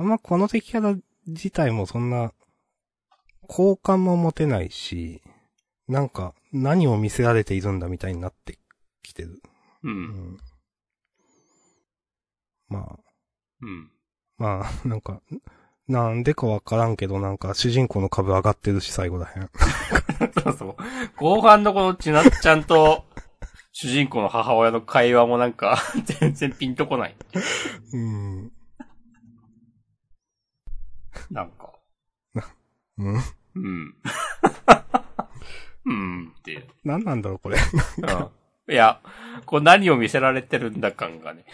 うんんまこの敵キャラ自体もそんな、好感も持てないし、なんか、何を見せられているんだみたいになってきてる。う。うんん。まあ、うん。まあ、 なんか、なんでかわからんけど、なんか主人公の株上がってるし、最後らへん。そうそう。後半のこのちなっちゃんと、主人公の母親の会話もなんか、 全然ピンとこない。うん。なんか。うん。うん。 うんっていう。何なんだろう、これ。うん。いや、こう何を見せられてるんだ感がね。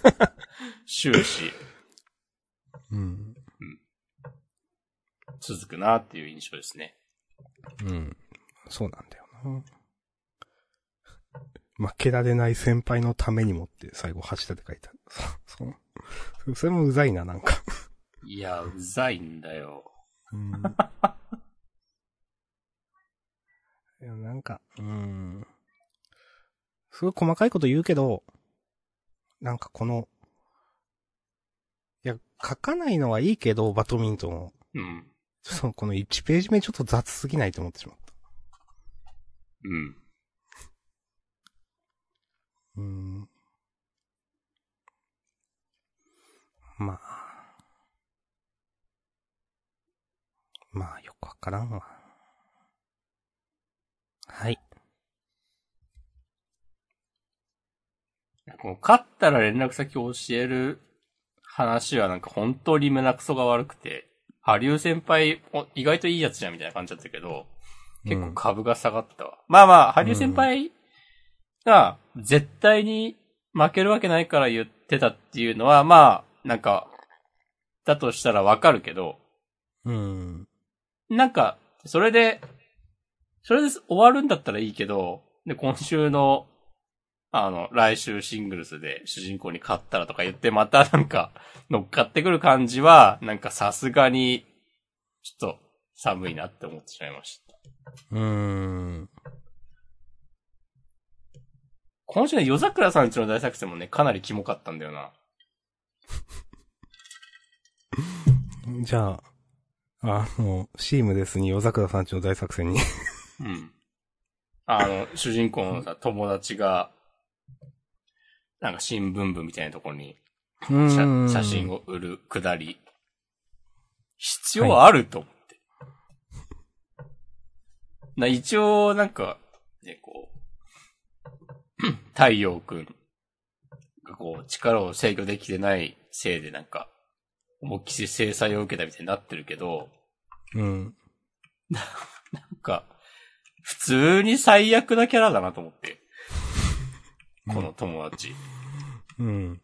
終始うん。続くなっていう印象ですね。うん。そうなんだよな。 負けられない先輩のためにもって最後、柱で書いてある。 そそう。それもうざいな、なんか。いや、うざいんだよ。うん。 いや、なんか、うん。すごい細かいこと言うけど、なんかこの、いや、書かないのはいいけど、バドミントンを。うん。その、この1ページ目ちょっと雑すぎないと思ってしまった。うん。うーんまあ。まあ、よくわからんわ。はい。こう勝ったら連絡先を教える話はなんか本当に胸クソが悪くて、ハリウ先輩お意外といいやつじゃんみたいな感じだったけど、結構株が下がったわ。まあまあ、ハリウ先輩が絶対に負けるわけないから言ってたっていうのは、まあ、なんか、だとしたらわかるけど、うん。なんか、それで、それで終わるんだったらいいけど、で、今週の、あの、来週シングルスで主人公に勝ったらとか言って、またなんか、乗っかってくる感じは、なんかさすがに、ちょっと、寒いなって思ってしまいました。うーん。今週の夜桜さんちの大作戦もね、かなりキモかったんだよな。じゃあ、あの、シームレスに夜桜さんちの大作戦に。うん。あの、主人公のさ、友達が、なんか新聞部みたいなところに写写真を。を売るくだり。必要あると思って。な一応、なんか、ね、こう、太陽くんがこう、力を制御できてないせいでなんか、思いっきり制裁を受けたみたいになってるけど、うん。なんか、普通に最悪なキャラだなと思って。この友達。うん。うん。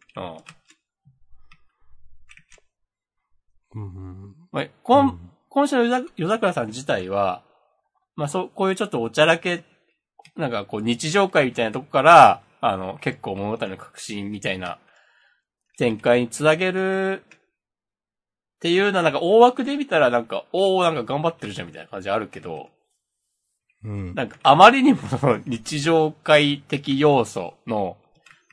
うん。まあ、こん、今週の夜ざ夜桜さん自体は、まあそう、こういうちょっとおちゃらけ、なんかこう日常会みたいなとこから、あの、結構物語の革新みたいな展開につなげるっていうのはなんか大枠で見たらなんか、おーなんか頑張ってるじゃんみたいな感じあるけど、うん。なんかあまりにもその日常会的要素の、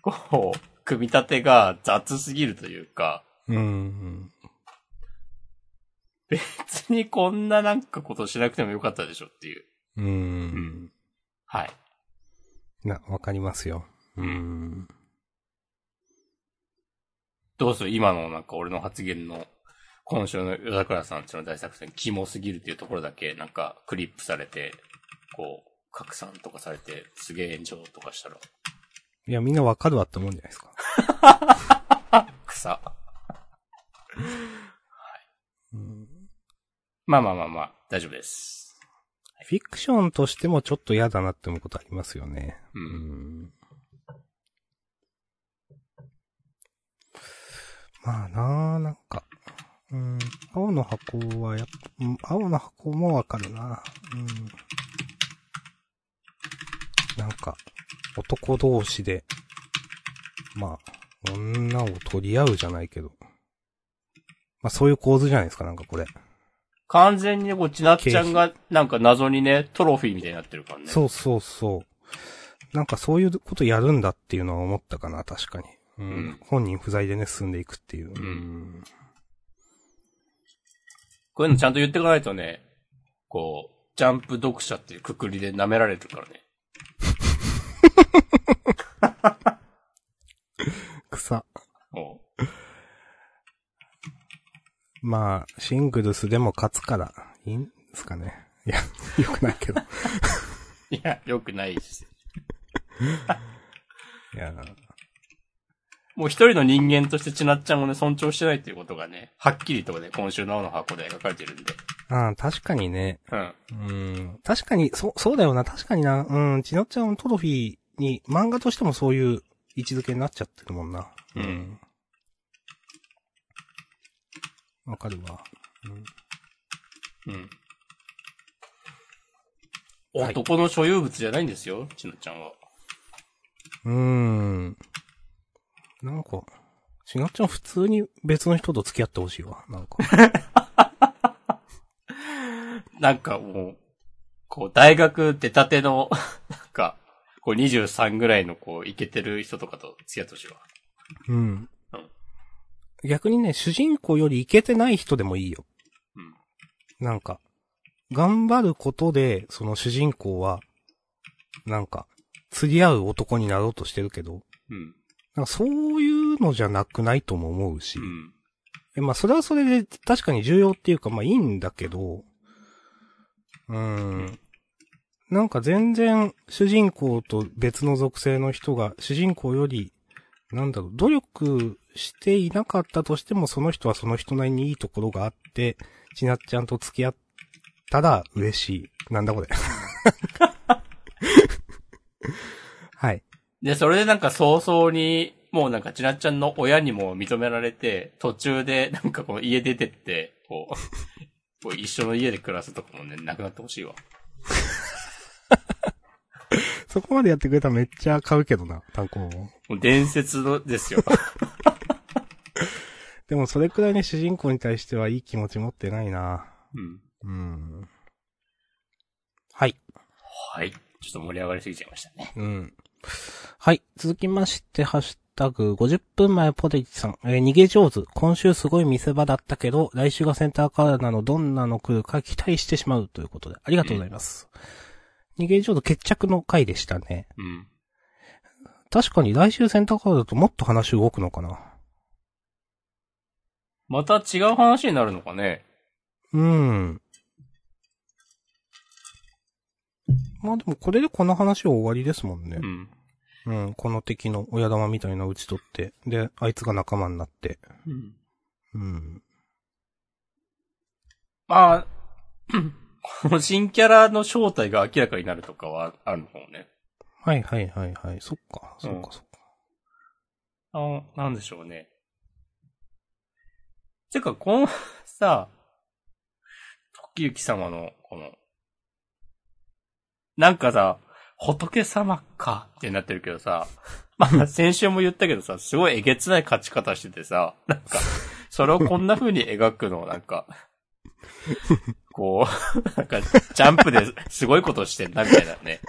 こう、組み立てが雑すぎるというか、うん。別にこんななんかことしなくてもよかったでしょっていう。うん。はい。な、わかりますよ。うん。どうする今のなんか俺の発言の、今週の夜桜さんちの大作戦、キモすぎるっていうところだけ、なんかクリップされて、こう、拡散とかされて、すげえ炎上とかしたら、いや、みんなわかるわって思うんじゃないですか。草。うんまあまあまあまあ、大丈夫です。フィクションとしてもちょっと嫌だなって思うことありますよね。う。うんん。まあなあ、なんか。うん。青の箱はやっぱ、うん、青の箱もわかるな。うん。なんか、男同士で、まあ、女を取り合うじゃないけど。まあそういう構図じゃないですか、なんかこれ。完全にこう、ちなっちゃんが、なんか謎にね、トロフィーみたいになってるからね。そうそうそう。なんかそういうことやるんだっていうのは思ったかな、確かに。うん。うん本人不在でね、進んでいくっていう。んこういうのちゃんと言ってかないとね、こう、ジャンプ読者っていうくくりで舐められるからね。草。もまあ、シングルスでも勝つから、いいん ですかね。いや、よくないけど。ういや、良くないです。いやーもう一人の人間としてちなっちゃんをね、尊重してないっていうことがね、はっきりとね、今週の青の箱で描かれてるんで。あー確かにね。うん。うん。確かに、そ、そうだよな。確かにな。うん。ちのっちゃんのトロフィーに漫画としてもそういう位置づけになっちゃってるもんな。うん。わかるわ。うん。はい男の所有物じゃないんですよ、ちなっちゃんは。うーん。なんか、しがっちゃん普通に別の人と付き合ってほしいわ。なん か。なんかもう、こう、大学出たての、 なんか、こう23ぐらいのこう、イケてる人とかと付き合ってほしいわ。うん。逆にね、主人公よりイケてない人でもいいよ。うん。なんか、頑張ることで、その主人公は、なんか、釣り合う男になろうとしてるけど、うん。なんかそういうのじゃなくないとも思うし。うん。え、まあ、それはそれで確かに重要っていうか、まあ、いいんだけど、うーん。なんか全然主人公と別の属性の人が主人公より、なんだろう、努力していなかったとしてもその人はその人なりにいいところがあって、ちなっちゃんと付き合ったら嬉しい。なんだこれ。はい。で、それでなんか早々に、もうなんかちなっちゃんの親にも認められて、途中でなんかこの家出てって、こう、 こう一緒の家で暮らすとかもね、なくなってほしいわ。そこまでやってくれたらめっちゃ買うけどな、単行本。もう伝説のです よ。でもそれくらいね、主人公に対してはいい気持ち持ってないな。うん。うん。はい。はい。ちょっと盛り上がりすぎちゃいましたね。うん。はい。続きまして、ハッシュタグ、50分前ポテチさん。えー逃げ上手。今週すごい見せ場だったけど、来週がセンターカラーなの、どんなの来るか期待してしまうということで、ありがとうございます。逃げ上手決着の回でしたね。うん。確かに来週センターカラーだともっと話動くのかな。また違う話になるのかねうん。まあでもこれでこの話は終わりですもんねう。ん。うん、この敵の親玉みたいな打ち取って、で、あいつが仲間になって。うん。うん。まあ、 この新キャラの正体が明らかになるとかはあるのかもね。はいはいはいはい。そっか、そっうんかそっか。あなんでしょうね。てか、この、 さ、時行様の、この、なんかさ、仏様かってなってるけどさ、 まあ、先週も言ったけどさ、すごいえげつない勝ち方しててさ、なんか、それをこんな風に描くの、なん か、こう、なんか、ジャンプですごいことしてんな、みたいなね。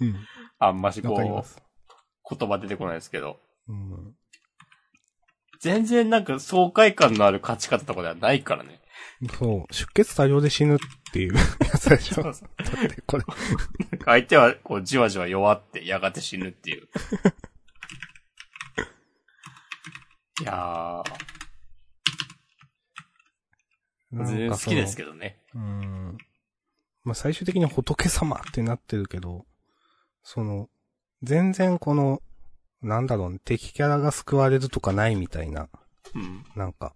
うん。あんましこわかりまう、す。言葉出てこないですけど。うん。全然なんか爽快感のある勝ち方とかではないからね。そう、出血多量で死ぬっていうやつでしょ。だそうってこれ。なんか相手はこうじわじわ弱ってやがて死ぬっていう。いやー、全然好きですけけどね。ど。うん。まあ最終的に仏様ってなってるけど、その、全然この、なんだろうね、敵キャラが救われるとかないみたいな、うん。なんか、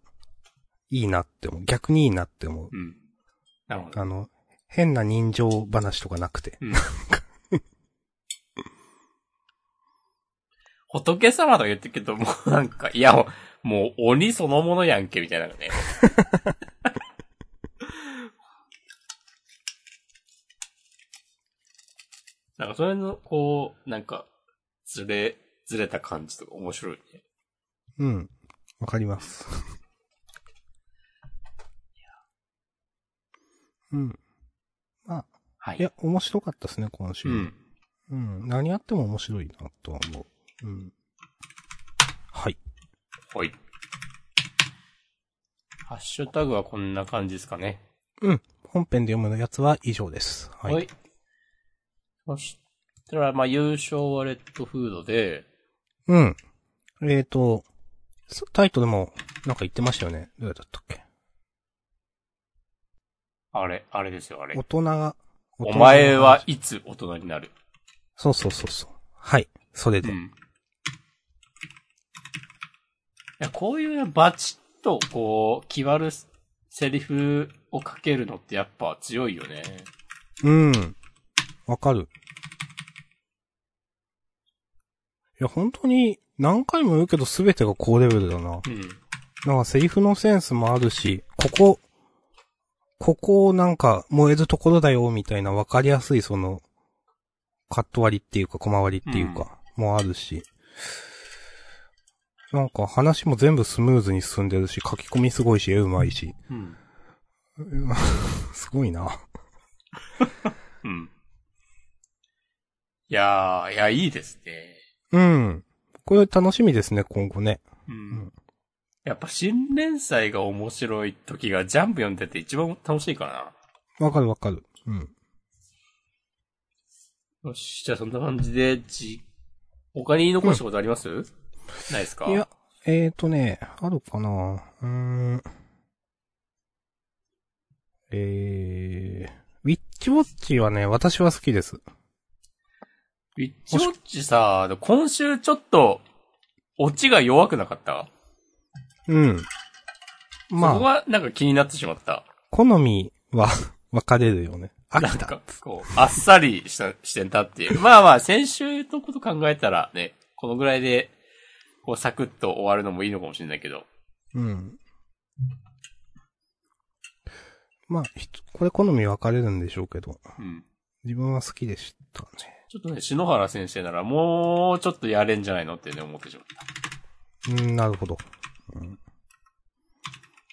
いいなって思う。逆にいいなって思う。うん。なるほど。あの、変な人情話とかなくて。うん。仏様とか言ってるけど、も うなんか、いや、もうもう鬼そのものやんけ、みたいなの ね。なんか、それの、こう、なんか、ずれ、ずれた感じとか面白いね。うん。わかります。うん。はい。いや、面白かったですね、今週。うん。うん。何やっても面白いな、とは思う。うん。はい。はい。ハッシュタグはこんな感じですかね。本編で読むやつは以上です。はい。はい。そしたら、まあ、優勝はレッドフードで、うん。えーと、そタイトルも、なんか言ってましたよね。どうやったっけあれ、あれですよ、あれ大。人が、大人おが前はいつ大人になる。そうそうそうそう。はい。それで。いや、こういうバチッと、こう、決まるセリフをかけるのってやっぱ強いよね。うん。わかる。いや、本当に、何回も言うけど全てが高レベルだな。うん。なんかセリフのセンスもあるし、ここ、ここをなんか燃えるところだよ、みたいな分かりやすいその、カット割りっていうか、小回りっていうか、もあるし。なんか話も全部スムーズに進んでるし、書き込みすごいし、絵うまいし。うん。すごいな。うん。いやー、いや、いいですね。うん。これ楽しみですね、今後ね。うん。んやっぱ新連載が面白い時がジャンプ読んでて一番楽しいかわかるわかる。うん。な。よし、じゃあそんな感じで、じ、他に残したことあります、ないですかいや、えーとね、あるかなうーん。えー、ウィッチウォッチはね、私は好きです。ウィッチウォッチさ、今週ちょっと、オチが弱くなかったうん。そこまあ、はなんか気になってしまった。好みは 分かれるよね。飽なんきた。か、こう、あっさりした、してんだっていう。 まあまあ、先週のこと考えたらね、このぐらいで、こう、サクッと終わるのもいいのかもしれないけど。うん。まあ、ひとこれ好み分かれるんでしょうけど、うん。自分は好きでしたね。ちょっとね、篠原先生ならもうちょっとやれんじゃないのってね、思ってしまった。うん、なるほど。うん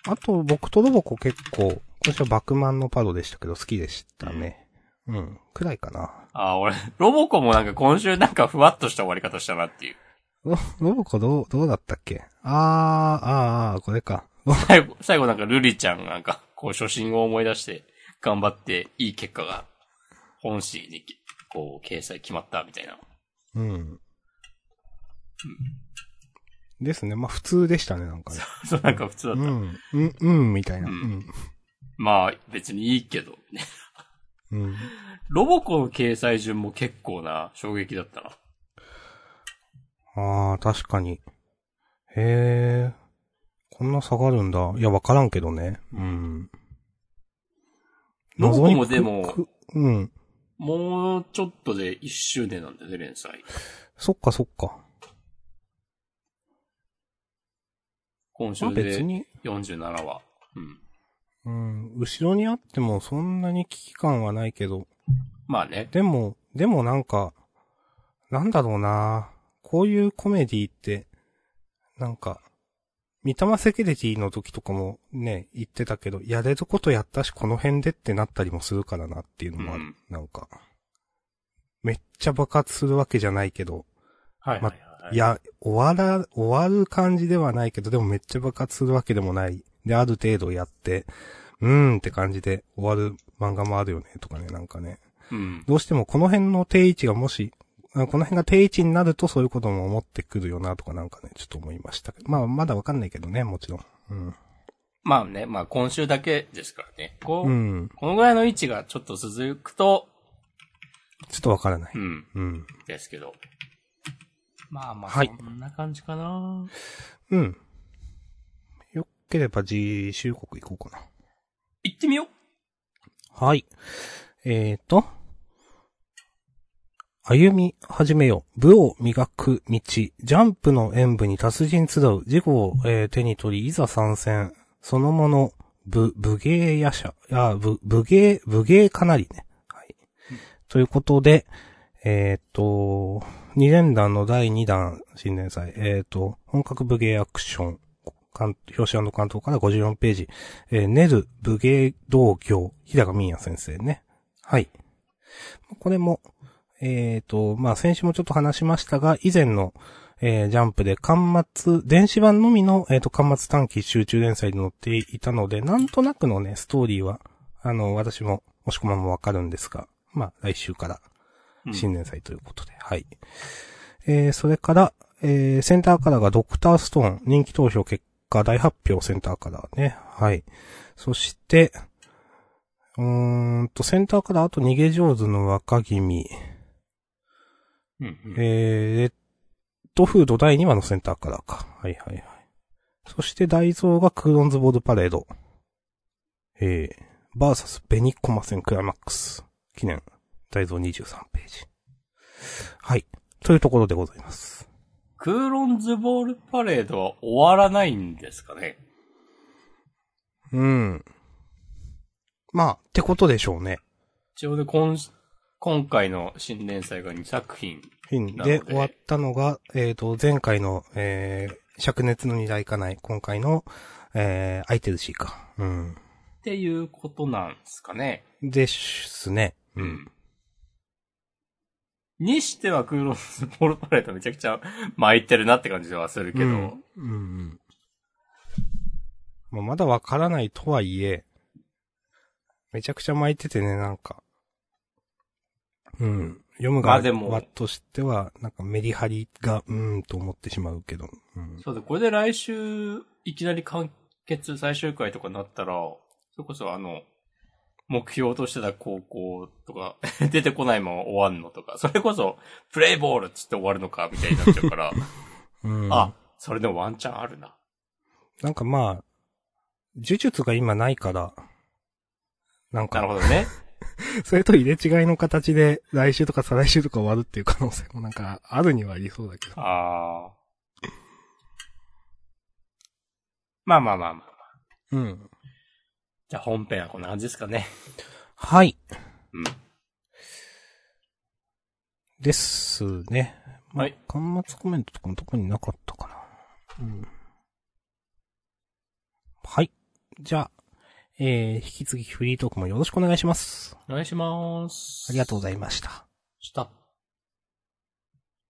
あと、僕とロボコ結構、今年はバクマンのパロでしたけど、好きでしたね。うん。くらいかな。ああ、俺、ロボコもなんか今週なんかふわっとした終わり方したなっていう。ロ、ロボコどう、どうだったっけあー、あーあー、これか。ロ最後、最後なんかルリちゃんがなんか、こう初心を思い出して、頑張って、いい結果が、本誌に、こう、掲載決まったみたいな。 うん。ですね。まあ、普通でしたね、なんかね。そう、なんか普通だうった。ん。うん、うん、みたいな。ううんん。まあ、別にいいけど、ね。うん。ロボコの掲載順も結構な衝撃だったな。あー、確かに。へー。こんな下がるんだ。いや、わからんけどね。うん。ロボコも謎にくでもくうん。もうちょっとで1周年なんだよね、連載。そっかそっか。今まあ週別でに、 47話。うん。うん、後ろにあってもそんなに危機感はないけど、まあね。でも、でもなんか、なんだろうなこういうコメディって、なんか、三玉セキュリティの時とかもね、言ってたけど、やれることやったしこの辺でってなったりもするからなっていうのもある。うんなんか、めっちゃ爆発するわけじゃないけど、はいはいはい。いや、終わら、終わる感じではないけど、でもめっちゃ爆発するわけでもない。で、ある程度やって、うーんって感じで終わる漫画もあるよね、とかね、なんかね。うん。どうしてもこの辺の定位置がもし、あこの辺が定位置になるとそういうことも思ってくるよな、とかなんかね、ちょっと思いましたけど。まあ、まだわかんないけどね、もちろん。うん。まあね、まあ今週だけですからね。こう、うん。このぐらいの位置がちょっと続くと、ちょっとわからない。うん、うん。ですけど。まあまあ、はいそんな感じかな、うん。よければ自習国行こうかな。行ってみようはい。えーと。歩み始めよ。武を磨く道。ジャンプの演武に達人集う。事故を、えー手に取り、いざ参戦。そのもの、武、武芸夜叉。あ、武、武芸、武芸かなりね。はい。ということで、えーと、二連弾の第二弾、新連載。えーと、本格武芸アクション。関表紙関東から54ページ。えー、ネル武芸道業、日高民也先生ね。はい。これも、えっ、と、まあ、先週もちょっと話しましたが、以前の、えージャンプで、巻末、電子版のみの、えっ、と、巻末短期集中連載に載っていたので、なんとなくのね、ストーリーは、あの、私も、もしこまもわかるんですが、まあ、来週から、うん新年祭ということで、はい。えー、それから、えー、センターカラーがドクターストーン、人気投票結果大発表センターカラーね。はい。そして、うーんと、センターカラーあと逃げ上手の若君。うんうん。えー、レッドフード第2話のセンターからか。はいはいはい。そして大蔵がクーロンズボードパレード。えー、バーサスベニコマ戦クライマックス。記念。大蔵23ページ。はい。というところでございます。クーロンズボールパレードは終わらないんですかねうん。まあ、ってことでしょうね。一応で今し、今回の新連載が2作品。なので、終わったのが、えっ、と、前回の、えー、灼熱の二大家内、今回の、えー、空いてるしか。うん。っていうことなんですかね。ですね。う。ん。にしてはクーロンズボールパレードめちゃくちゃ巻いてるなって感じはするけど、うん。うんうんまあ、まだわからないとはいえ、めちゃくちゃ巻いててね、なんか。うん。読むま側あでもとしては、なんかメリハリが、うーんと思ってしまうけど。うん。そうだ、これで来週、いきなり完結最終回とかになったら、それこそあの、目標としてた高校とか、 出てこないまま終わんのとか、それこそ、プレイボールっつって終わるのか、みたいになっちゃうから、うん、あ、それでもワンチャンあるな。なんかまあ、呪術が今ないから、ななんるか、ほど ね。それと入れ違いの形で来週とか再来週とか終わるっていう可能性もなんかあるにはありそうだけど。ああ。まあまあまあまあ。うん。じゃあ本編はこんな感じですかね。はい。うん。ですね。まあはい。端末コメントとかも特になかったかな。うん。はい。じゃあ、えー、引き続きフリートークもよろしくお願いします。お願いします。ありがとうごいまざいました。した。